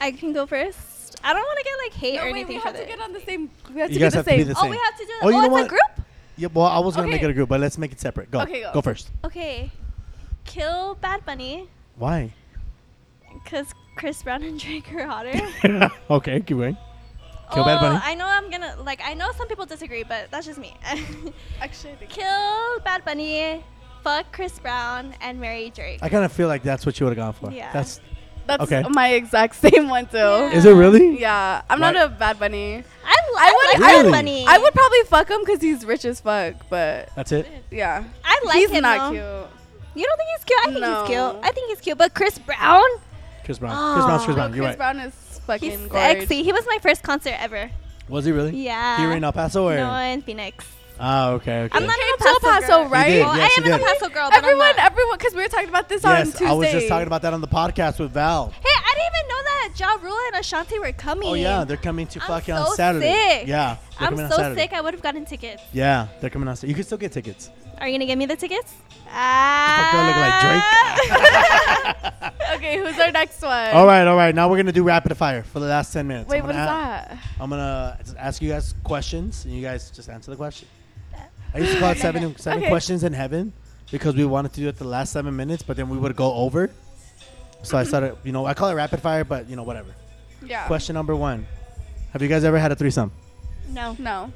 S2: I can go first. I don't want to get like hate or
S3: No, wait,
S2: anything
S3: we
S2: for
S3: have to
S2: this.
S3: get on the same. We have to
S4: You
S3: be
S4: guys
S3: the
S4: have to be
S3: same.
S4: the
S2: oh,
S4: same.
S2: we have to do.
S4: Oh, you
S2: oh,
S4: know
S2: it's
S4: what?
S2: a group.
S4: Yeah, well, I was gonna make
S3: Okay.
S4: it a group, but let's make it separate. Go.
S3: Okay, go.
S4: go first.
S2: Okay. Kill Bad Bunny
S4: *laughs* Why?
S2: because Chris Brown and *laughs* Drake are hotter. Oh,
S4: okay, keep going. *laughs* Kill Bad Bunny?
S2: I know I'm gonna like. I know some people disagree, but that's just me. *laughs*
S3: Actually, I think-
S2: Kill Bad Bunny, fuck Chris Brown, and marry Drake.
S4: I kind of feel like that's what you would have gone for.
S2: Yeah. Uh,
S4: That's.
S3: that's
S4: Okay.
S3: my exact *laughs* same one too.
S2: Yeah.
S3: Yeah,
S4: Is it really?
S3: I'm
S4: Why-
S3: not a Bad Bunny.
S2: I,
S3: would-
S2: I like
S4: Really?
S2: Bad Bunny.
S3: I would probably fuck him because he's rich as fuck. But
S4: That's it.
S3: yeah,
S2: I like
S3: he's
S2: him.
S3: not
S2: though.
S3: cute.
S2: You don't think he's cute? I think
S3: No.
S2: he's cute. I think he's cute. But Chris Brown,
S4: Chris Brown. Chris Brown's Chris
S2: Oh.
S4: Brown.
S3: Chris
S4: You're right.
S3: Brown is fucking
S2: he's
S3: gorge.
S2: sexy. He was my first concert ever.
S4: Was he really?
S2: Yeah.
S4: Here in El Paso. Or?
S2: No, in Phoenix.
S4: Ah, okay. Okay.
S2: I'm not
S3: Came
S2: an
S3: to El
S2: El
S3: Paso,
S2: girl.
S3: right?
S4: did,
S2: Well,
S4: yes,
S2: I am
S4: you
S2: an
S4: did.
S2: El Paso girl, but I'm
S3: everyone,
S2: not-
S3: everyone, because we were talking about this on
S4: yes,
S3: Tuesday.
S4: I was just talking about that on the podcast with Val.
S2: Hey, I didn't even know that Ja Rule and Ashanti were coming.
S4: Oh yeah, they're coming to
S2: I'm
S4: fucking
S2: so
S4: on Saturday.
S2: sick.
S4: Yeah, they're
S2: I'm
S4: coming on
S2: so
S4: Saturday.
S2: sick. I would have gotten tickets.
S4: Yeah, they're coming on Saturday. You can still get tickets.
S2: Are you gonna get me the tickets?
S4: don't look like Drake.
S2: Ah.
S3: *laughs* Okay, who's our next one?
S4: All right, all right. Now we're gonna do rapid fire for the last ten minutes.
S3: Wait,
S4: I'm
S3: what is
S4: gonna a-
S3: that?
S4: I'm gonna just ask you guys questions, and you guys just answer the question. I used to call it seven seven
S3: Okay.
S4: questions in heaven because we wanted to do it the last seven minutes, but then we would go over. So I started, you know, I call it rapid fire, but you know, whatever.
S3: Yeah.
S4: Question number one: Have you guys ever had a threesome?
S2: *laughs* no,
S3: No,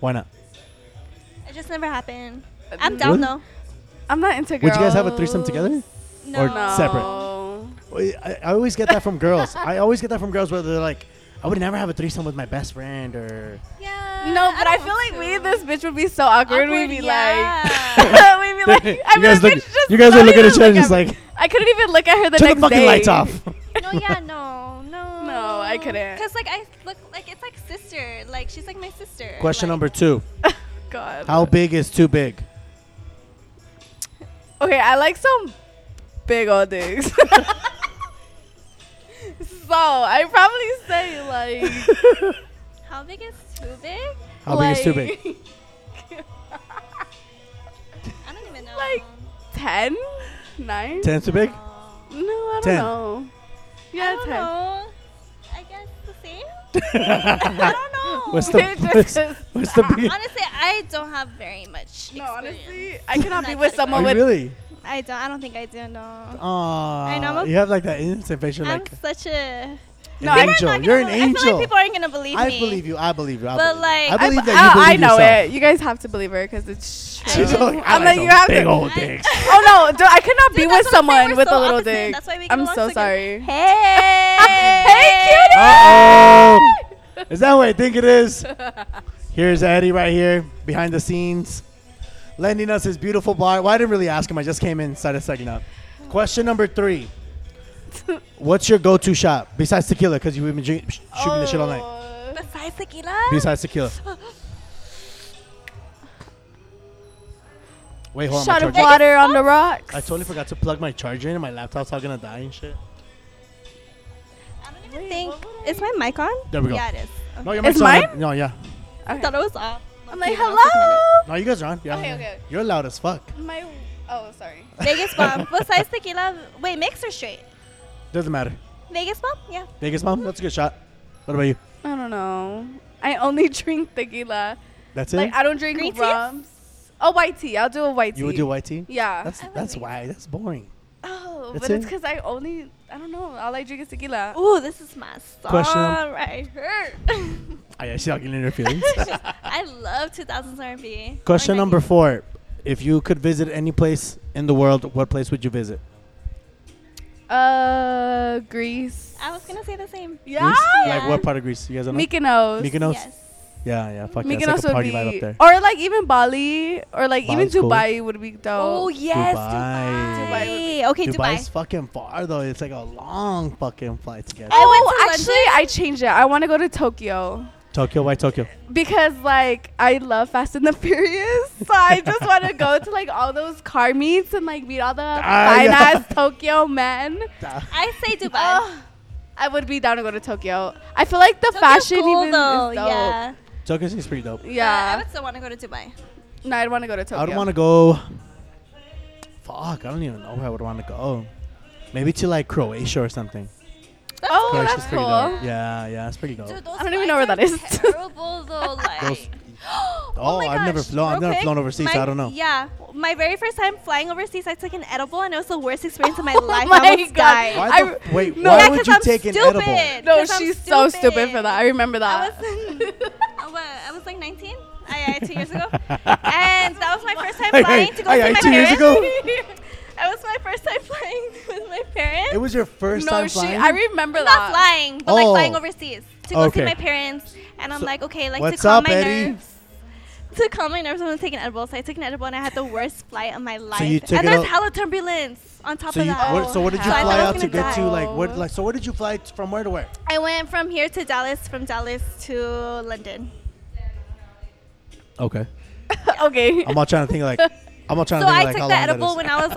S4: Why not?
S2: it just never happened. I'm
S4: Uh,
S3: Would-
S2: down though.
S3: I'm not into girls.
S4: Would you guys have a threesome together?
S2: No.
S4: Or
S3: No.
S4: separate? Well, I, I always get that from girls. I always get that from girls where they're like, I would never have a threesome with my best friend or.
S2: Yeah.
S3: No, but I,
S2: don't
S3: feel
S2: want
S3: like
S2: to.
S3: me and this bitch would be so awkward.
S2: Awkward,
S3: We'd be
S2: yeah. *laughs*
S3: like, *laughs* we'd be
S4: *laughs*
S3: like, I mean,
S4: guys
S3: the
S4: look-
S3: bitch just
S4: you guys are
S3: not
S4: looking
S3: even
S4: at each other
S3: look
S4: just
S3: me.
S4: like,
S3: I couldn't even look at her the
S4: turn
S3: next
S4: the fucking
S3: day.
S4: lights off.
S2: no, yeah, no, no.
S3: No, I couldn't.
S2: Cause like I look like it's like sister. Like she's like my sister.
S4: Question
S2: like,
S4: number two:
S3: God.
S4: How big is too big?
S3: Okay, I like some big old dicks. *laughs* so I probably say like
S2: How big is too big?
S4: How big is too *laughs* big?
S2: I don't even know.
S3: Like- *laughs* ten, nine.
S4: Ten's too
S2: *laughs*
S4: big? *laughs*
S2: No.
S3: No, I don't
S4: 10.
S3: know.
S2: I
S3: Yeah,
S2: don't
S3: ten.
S2: know. I guess the same.
S4: *laughs*
S2: I don't
S3: *laughs*
S2: know.
S4: What's the
S3: It
S4: what's,
S3: just-
S4: what's the big?
S2: honestly, I don't have very much.
S3: No,
S2: experience.
S3: *laughs* honestly, I cannot
S2: Not
S3: be with
S2: categorized.
S3: someone
S4: Are you
S3: with.
S4: really?
S2: I don't. I don't think I do. No.
S4: Aw,
S2: know, I'm a-
S4: you have like that instant face. You're
S2: I'm
S4: like
S2: such a.
S3: No,
S4: an
S3: I'm not
S4: angel.
S2: not
S4: You're an
S2: gonna believe- I feel
S4: angel.
S2: like people aren't gonna believe
S4: I
S2: me.
S4: believe you. I believe you. I
S2: But,
S4: believe
S2: like-
S4: you. I
S2: I
S4: believe
S3: I-
S4: that you
S3: Oh, I,
S4: believe
S3: know
S4: yourself.
S3: it. You guys have to believe her because it's true.
S4: *laughs* She's like, I
S3: I'm like,
S4: like
S3: you
S4: some
S3: have
S4: big
S3: to.
S4: old
S2: I- *laughs*
S4: dicks.
S3: Oh no, dude, I cannot
S2: Dude,
S3: be
S2: that's
S3: with
S2: what I'm saying,
S3: someone
S2: we're
S3: with
S2: so
S3: a little
S2: opposite.
S3: dick.
S2: That's why we get
S3: I'm
S2: along
S3: so
S4: *laughs*
S2: good.
S3: sorry.
S2: Hey.
S3: Hey, cutie!
S4: Uh oh. *laughs* Is that what I think it is? Here's Eddie right here behind the scenes, lending us his beautiful bar. Well, I didn't really ask him. I just came in, started setting up. Question number three. What's your go-to shot besides tequila? Because you've been drink- sh- shooting the shit all night.
S3: night.
S2: Besides tequila.
S4: Besides tequila. Wait, hold on.
S3: Shot
S4: My
S3: of
S4: charger.
S3: water on the rocks.
S4: I totally forgot to plug my charger in, and my laptop's all gonna die and shit.
S2: I don't even think. Is my mic on?
S4: There we go.
S2: Yeah, it is.
S4: No, your
S3: It's
S4: mic's on.
S3: mine?
S4: No, yeah.
S2: I thought it was off.
S3: I'm like,
S2: Okay, I'll take a minute.
S3: hello.
S4: No, you guys are on. Yeah.
S3: Okay, okay.
S4: You're loud as fuck.
S3: My oh, sorry.
S4: *laughs*
S2: Vegas bomb. Besides tequila, wait, mix or straight?
S4: Doesn't matter.
S2: Vegas bomb? Yeah.
S4: Vegas mom, that's a good shot. What about you?
S3: I don't know. I only *laughs* drink tequila.
S4: That's it.
S3: Like I don't drink
S2: Green tea?
S3: rums. Oh, white tea. I'll do a white tea.
S4: you would do white tea.
S3: Yeah.
S4: That's
S2: I would
S4: that's
S2: like-
S4: why that's boring.
S3: oh,
S4: That's
S3: but it's
S4: it?
S3: because I only I don't know. All I drink is tequila.
S2: Ooh, this is my song
S4: Question.
S2: right here.
S4: I actually not
S3: *laughs*
S4: getting interference.
S2: *laughs* I love 2000s R&B.
S4: *laughs* Question
S2: Or
S4: number
S2: 90s.
S4: four: If you could visit any place in the world, what place would you visit?
S3: Uh, Greece.
S2: I was gonna say the same.
S3: Yeah.
S4: Greece? Like
S2: Yeah.
S4: what part of Greece? You guys don't know.
S3: Mykonos.
S4: Mykonos.
S2: Yes.
S4: Yeah, yeah. Fuck yeah.
S3: Mykonos
S4: It's like a
S3: would
S4: party
S3: be, Oh,
S4: vibe up there.
S3: or like even Bali, or like
S4: Bali's
S3: even
S4: cool.
S3: Dubai would be
S2: Oh
S3: dope.
S2: yes,
S4: Dubai.
S2: Dubai. Okay, Dubai.
S4: Dubai's fucking far though. It's like a long fucking flight to get.
S2: I went to
S3: Oh, actually, I changed it. I want to go to Tokyo
S4: Tokyo,
S3: *laughs*
S4: why Tokyo?
S3: because like I love Fast and the *laughs* Furious, so I just want to go to like all those car meets and like meet all the
S4: Ah,
S3: fine
S4: yeah.
S3: ass Tokyo men.
S2: I
S3: *laughs*
S2: say Dubai.
S3: Oh, I would be down to go to Tokyo. I feel like the
S2: Tokyo's
S3: fashion
S2: cool,
S3: even
S2: though.
S3: is dope.
S2: Yeah.
S4: Tokyo seems pretty dope.
S3: Yeah.
S2: I would still want to go to Dubai.
S4: Oh.
S3: no,
S2: Oh,
S3: I'd want to go to Tokyo.
S4: I would want to go. Fuck, I don't even know where I would want to go. Maybe to like Croatia or something.
S3: oh,
S4: Croatia's
S3: that's
S4: pretty
S3: cool.
S4: dope. Yeah, yeah, it's pretty dope.
S2: Dude, those
S3: I don't even know where
S2: flights
S3: that
S2: are
S3: is.
S2: *laughs* Terrible
S3: *laughs*
S2: though, like.
S4: Those-
S2: *gasps* oh,
S4: Oh,
S2: my
S4: I've never
S2: gosh.
S4: flown- I've
S2: Real
S4: never
S2: quick,
S4: flown overseas, so I
S2: my-
S4: don't know.
S2: Yeah, my very first time flying overseas, I took an edible, and it was the worst experience of my
S3: *laughs* Oh
S2: life.
S3: my
S2: I almost
S3: God.
S2: died.
S4: why
S3: I-
S4: the, f- wait,
S3: no,
S4: why
S2: yeah,
S4: would
S2: 'cause
S4: you
S2: I'm
S4: take an
S2: stupid.
S4: edible?
S3: No,
S2: Because I'm
S3: she's so stupid
S2: stupid.
S3: for that. I remember
S2: I
S3: that.
S2: *laughs* was, I was, I was like 19, I, I, two years ago,
S4: *laughs*
S2: and that was my first time flying to go
S4: hey,
S2: see
S4: hey,
S2: my
S4: two years
S2: parents. *laughs*
S4: ago?
S2: that was my first time *laughs* flying with my parents.
S4: It was your first
S3: no,
S4: time
S3: she.
S4: flying.
S3: I remember
S2: not
S3: that.
S2: flying, but like
S4: Oh.
S2: flying overseas to go
S4: Okay.
S2: see my parents. And I'm
S4: So-
S2: like, okay, like
S4: what's
S2: to calm
S4: up,
S2: my
S4: Eddie?
S2: nerves. *laughs* To calm my nerves, I'm gonna take an edible. So I took an edible, and I had the worst flight of my life.
S4: you took
S2: and
S4: it
S2: there's
S4: up-
S2: hella turbulence on top
S4: so
S2: of
S4: you,
S2: that.
S4: what, so what did you
S2: So I thought
S4: fly
S2: I was
S4: out to
S2: gonna
S4: get to?
S2: die.
S4: Like what? Like so, where did you fly t- from? Where to where?
S2: I went from here to Dallas, from Dallas to London.
S4: Okay.
S3: *laughs* okay.
S4: I'm all trying to think like. I'm all trying
S2: So
S4: to
S2: I
S4: think like how
S2: took
S4: long
S2: the
S4: that
S2: edible
S4: is.
S2: when I was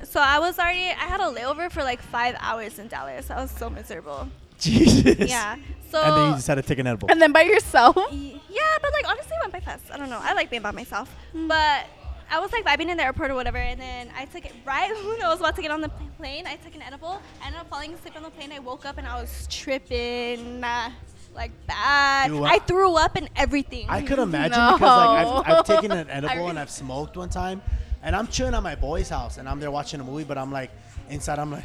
S2: on. So I was already. I had a layover for like five hours in Dallas. I was so miserable.
S4: *laughs* Jesus.
S2: Yeah. So.
S4: And then you decided to take an edible.
S3: and then by
S2: *laughs*
S3: yourself.
S2: Y- Yeah, but like honestly, it went by fast. I don't know. I like being by myself,
S3: Hmm.
S2: but I was like vibing in the airport or whatever, and then I took it right *laughs* when I was about to get on the pl- plane. I took an edible. I ended up falling asleep on the plane. I woke up and I was tripping, uh, like bad.
S4: You, uh,
S2: I threw up and everything.
S4: I could
S2: *laughs*
S4: imagine because like I've,
S3: No.
S4: I've taken an edible
S3: really-
S4: and I've smoked one time, and I'm chilling at my boy's house and I'm there watching a movie, but I'm like inside I'm like,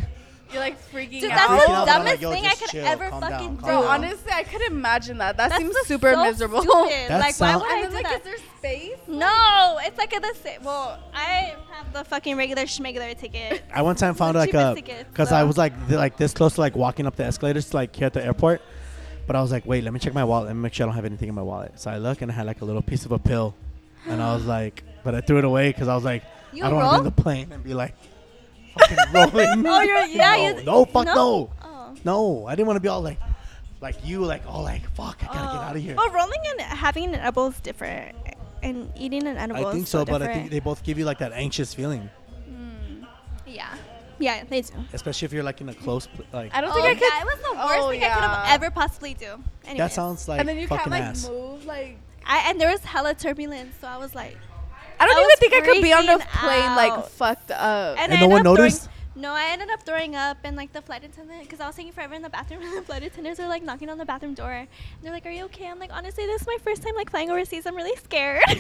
S3: You're like freaking
S2: Dude,
S3: out.
S2: that's
S4: freaking
S2: the
S4: out, but I'm
S2: dumbest
S4: like, yo,
S2: thing I
S4: just
S2: could
S4: chill,
S2: ever
S4: calm down, calm
S2: fucking do.
S3: Bro,
S4: down.
S3: honestly, I could imagine that. That
S2: That's
S3: seems
S2: just
S3: super
S2: so
S3: miserable. *laughs*
S2: Stupid.
S4: That
S2: like,
S4: sound-
S3: And
S2: why would I
S3: then
S2: do
S3: like,
S2: that?
S3: is there space?
S2: no, it's like a the same. Well, I have the fucking regular schmegular ticket.
S4: *laughs* I one time found
S2: The
S4: like
S2: cheapest
S4: a
S2: tickets,
S4: because I
S2: so-
S4: was like th- like this close to like walking up the escalators to, like here at the airport, but I was like, wait, let me check my wallet. Let me make sure I don't have anything in my wallet. So I look and I had like a little piece of a pill, and I
S2: *gasps*
S4: was like, but I threw it away because I was like,
S2: You
S4: I don't want to be in
S2: roll?
S4: the plane and be like. fucking *laughs* rolling.
S2: Oh, you're- yeah,
S4: no,
S2: you-
S4: no, fuck
S2: no?
S4: no.
S2: Oh.
S4: No, I didn't want to be all like, like you, like oh, like fuck, I gotta get out of here.
S2: But rolling and having an edible is different, and eating an edible.
S4: I think
S2: is
S4: so,
S2: so,
S4: but
S2: different.
S4: I think they both give you like that anxious feeling,
S2: yeah, yeah, they do.
S4: especially if you're like in a close, pl- like
S3: I don't
S2: Oh,
S3: think I could.
S2: that was the worst
S3: Oh,
S2: thing I could have
S3: yeah.
S2: ever possibly do. Anyways,
S4: that sounds like
S3: and then you can't
S4: fucking
S3: like
S4: ass.
S3: move. Like
S2: I, and there was hella turbulence, so I was like,
S3: I don't
S2: I
S3: even
S2: was
S3: think I could be on the
S2: freaking
S3: plane
S2: out.
S3: like fucked up.
S2: and,
S4: And no
S2: I ended
S4: one
S2: up throwing-
S4: noticed?
S2: no, I ended up throwing up, and like the flight attendant, because I was taking forever in the bathroom, *laughs* and the flight attendants are like knocking on the bathroom door, and they're like, "Are you okay?" I'm like, "Honestly, this is my first time like flying overseas. I'm really scared."
S4: *laughs*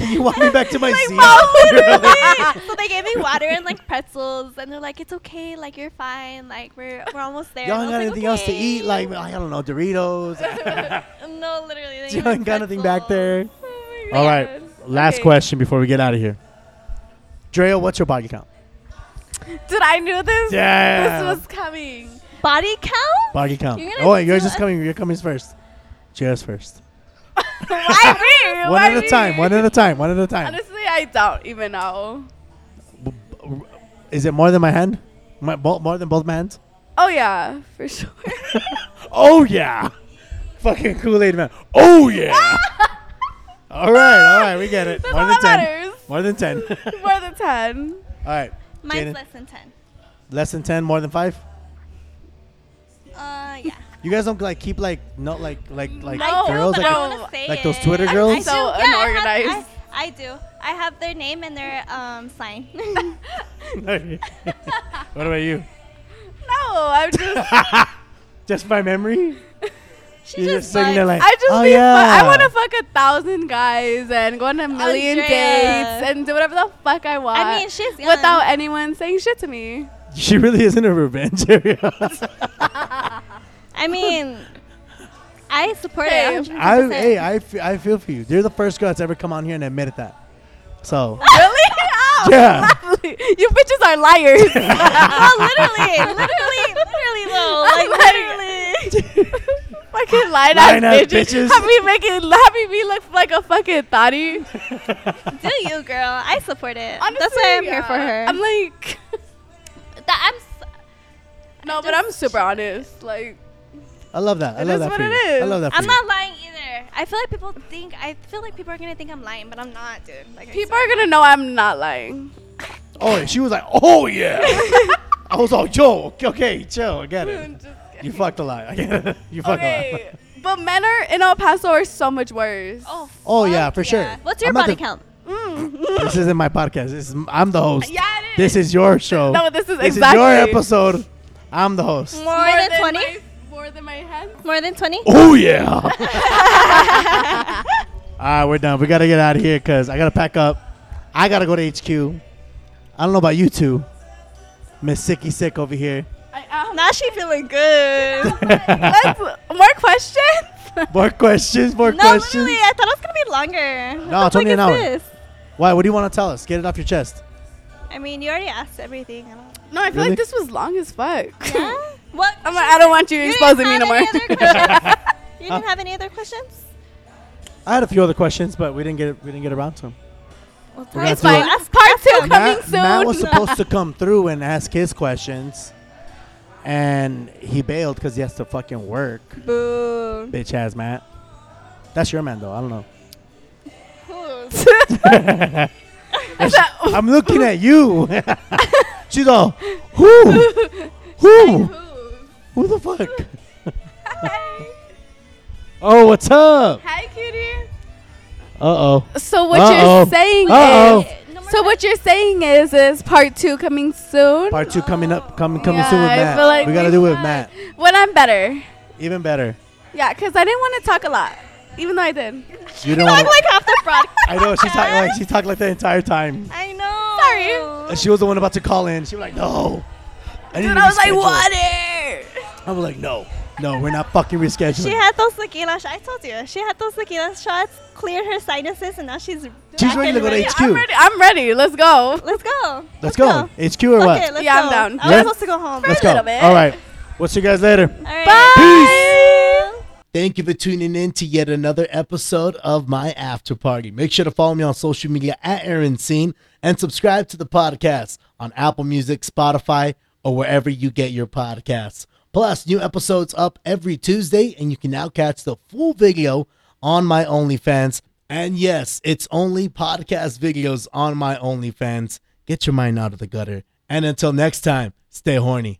S4: You want me back to my
S2: *laughs* Like,
S4: seat?
S2: Mom,
S4: You're like- *laughs*
S2: so they gave me water and like pretzels, and they're like, "It's okay, like you're fine, like we're we're almost there."
S4: Y'all
S2: And
S4: ain't
S2: I
S4: got
S2: was like,
S4: anything else to
S2: "Okay."
S4: eat? Like I don't
S3: *laughs*
S4: know, Doritos. *laughs*
S2: no, literally. they gave
S4: Y'all
S2: me
S4: ain't got nothing back
S2: pretzels.
S4: there.
S3: Oh my
S4: All
S3: God.
S4: right, last
S3: Okay.
S4: question before we get out of here. Drea, what's your body count?
S3: *laughs* Did I knew this?
S4: *laughs* Yeah.
S3: This was coming.
S2: Body count?
S4: Body count.
S2: You're gonna
S4: Oh, wait, yours
S2: do
S4: is
S2: a-
S4: coming. Your coming's first. Jrea's first.
S3: *laughs* *laughs* Why me?
S4: One
S3: Why
S4: at a
S3: me?
S4: time. One at a time. One at a time.
S3: Honestly, I don't even know.
S4: B- b- Is it more than my hand? My, bo- more than both my
S3: *laughs*
S4: hands?
S3: Oh yeah, for sure. *laughs*
S4: Oh yeah. Fucking Kool Aid man.
S3: *laughs*
S4: Oh yeah. all right, all right, we get it.
S3: That's
S4: More
S3: all
S4: than
S3: that
S4: ten.
S3: matters.
S4: More than
S3: *laughs*
S4: ten. all
S3: More than ten.
S4: right.
S2: Mine's
S4: Jaden,
S2: less than ten.
S4: less than ten. More than five.
S2: Uh, yeah.
S4: You guys don't like keep like not like like like
S2: Oh,
S3: I do,
S4: girls
S3: but
S4: like
S3: I
S4: the-
S3: wanna
S2: say
S4: like those
S2: it.
S4: Twitter
S2: I-
S4: girls?
S2: I do,
S3: So
S2: yeah, I have-
S3: unorganized.
S2: I, I do. I have their name and their um *laughs* sign.
S4: *laughs* what about you? *laughs*
S3: No, I'm just.
S4: Just by memory?
S2: she
S4: You're just sitting there
S2: bugs.
S4: like,
S3: I just
S4: oh,
S3: be
S4: yeah.
S3: fu- I want to fuck a thousand guys and go on a million
S2: Andrea.
S3: dates and do whatever the fuck Oh, I want.
S2: I mean, she's young.
S3: without anyone saying shit to me.
S4: *laughs* She really isn't a revenge area.
S3: *laughs*
S2: I mean, I support
S3: Hey,
S2: it. 100%.
S4: I hey, I, f- I feel for you. You're the first girl that's ever come on here and admitted that.
S3: *laughs*
S4: So
S2: *laughs*
S3: really? Oh,
S4: Yeah.
S3: lovely. You bitches are
S4: *laughs*
S3: liars.
S2: well, Oh, literally, literally, literally, though, like
S3: Like-
S2: literally.
S3: fucking lying ass
S4: Lying ass
S3: bitches.
S4: bitches.
S3: Have me making, have me look like a fucking thotty.
S2: *laughs* Do you, girl? I support it.
S3: Honestly,
S2: That's why I'm here
S3: yeah.
S2: for her.
S3: I'm like, *laughs*
S2: that, I'm. s-
S3: no, but I'm super honest. Like,
S4: I love that. I
S3: It
S4: love
S3: is
S4: that
S3: what
S4: for
S3: it
S4: you. I
S3: is.
S4: love that. For
S2: I'm
S4: you.
S2: not lying either. I feel like people think I feel like people are gonna think I'm lying, but I'm not, dude. Like I
S3: people are gonna know I'm not
S4: *laughs*
S3: lying.
S4: Oh, and she was like,
S3: *laughs*
S4: oh yeah. I was all, yo, okay, okay, chill, I get it.
S3: Just kidding.
S4: You fucked a lot. *laughs* I get it. You fucked a lot.
S3: Okay, but men are in El Paso are so much worse.
S2: Oh.
S4: Oh,
S2: fuck
S4: yeah, for sure.
S2: What's your
S4: I'm not
S2: body
S4: the-
S2: count?
S3: Mm.
S4: this isn't my podcast. This is, I'm the host.
S3: Yeah, it
S4: This is your show.
S3: No, this is
S4: this
S3: exactly.
S4: is your episode. I'm the host.
S2: More,
S3: More
S2: than 20?
S3: my- More than my hands.
S2: More than 20?
S4: Oh yeah. *laughs* All right, we're done. We gotta get out of here because I gotta pack up. I gotta go to HQ. I don't know about you two. Miss Sicky Sick over here. *laughs*
S3: I am.
S2: Now she feeling good.
S3: Let's, more questions?
S4: More questions. More
S2: no,
S4: questions.
S2: literally, I thought it was going to be longer.
S4: No,
S2: What
S4: it's
S2: the
S4: only
S2: fuck
S4: an
S2: is
S4: hour.
S2: this?
S4: Why? What do you want to tell us? Get it off your chest.
S2: I mean, you already asked everything. I don't-
S3: no, I feel
S4: Really?
S3: like this was long as fuck.
S2: Yeah? *laughs* what?
S3: I'm like, I don't want you
S2: You didn't
S3: exposing me
S2: have
S3: no more.
S2: any *laughs* other questions? you didn't have any other questions?
S4: I had a few other questions, but we didn't get we didn't get around to them.
S2: Well,
S4: We're gonna
S2: it's
S4: do
S2: fine.
S4: it.
S2: Ask
S3: Part two
S2: them.
S3: coming
S4: Matt,
S3: soon.
S4: Matt was supposed to come through and ask his questions, and he bailed because he has to fucking work.
S2: Boo.
S4: Bitch ass Matt. That's your man though. I don't know.
S2: Who's?
S3: *laughs* Is that-
S4: *laughs* I'm looking at you. *laughs* She's all,
S3: *laughs*
S4: who? Who? Who the fuck? oh, what's up?
S3: Hi, cutie.
S4: Uh oh.
S3: So what
S4: Uh-oh.
S3: you're saying
S4: Uh-oh.
S3: is.
S2: No more
S3: So what you're saying is, is part two coming soon?
S4: Part two coming up, coming coming soon
S3: Yeah,
S4: with
S3: I
S4: Matt.
S3: feel like
S4: we gotta
S3: we
S4: do it with
S2: should.
S4: Matt.
S3: when I'm better. *laughs*
S4: Even better.
S3: Yeah, because I didn't want to talk a lot, even though I did.
S4: You don't.
S2: talk
S4: Wanna,
S2: like half the
S3: *laughs*
S2: broadcast.
S4: I know she talked like she talked like the entire time.
S2: I know.
S4: And she was the one about to call in. She was like, no. I need
S3: Dude,
S4: to
S3: I was like,
S4: reschedule.
S3: water.
S4: I was like, no, no, we're not fucking rescheduling.
S2: She had those tequila shots. I told you. She had those tequila shots, cleared her sinuses, and now she's.
S4: She's
S2: back
S4: ready
S2: and
S4: to go to
S2: ready.
S4: H-
S3: I'm
S4: cute.
S3: ready. I'm ready. Let's go.
S2: Let's go.
S4: Let's go. HQ or
S2: Fuck
S4: what?
S2: it, let's
S3: Yeah, I'm
S2: go.
S3: down.
S4: Yeah.
S2: I was supposed to go home.
S4: Let's
S3: a
S4: go.
S3: little bit.
S4: All right. We'll see you guys later.
S2: All right.
S3: Bye.
S4: Thank you for tuning in to yet another episode of my after party. Make sure to follow me on social media at Aaron Scene and subscribe to the podcast on Apple Music, Spotify, or wherever you get your podcasts. Plus, new episodes up every Tuesday, and you can now catch the full video on my OnlyFans. And yes, it's only podcast videos on my OnlyFans. Get your mind out of the gutter. And until next time, stay horny.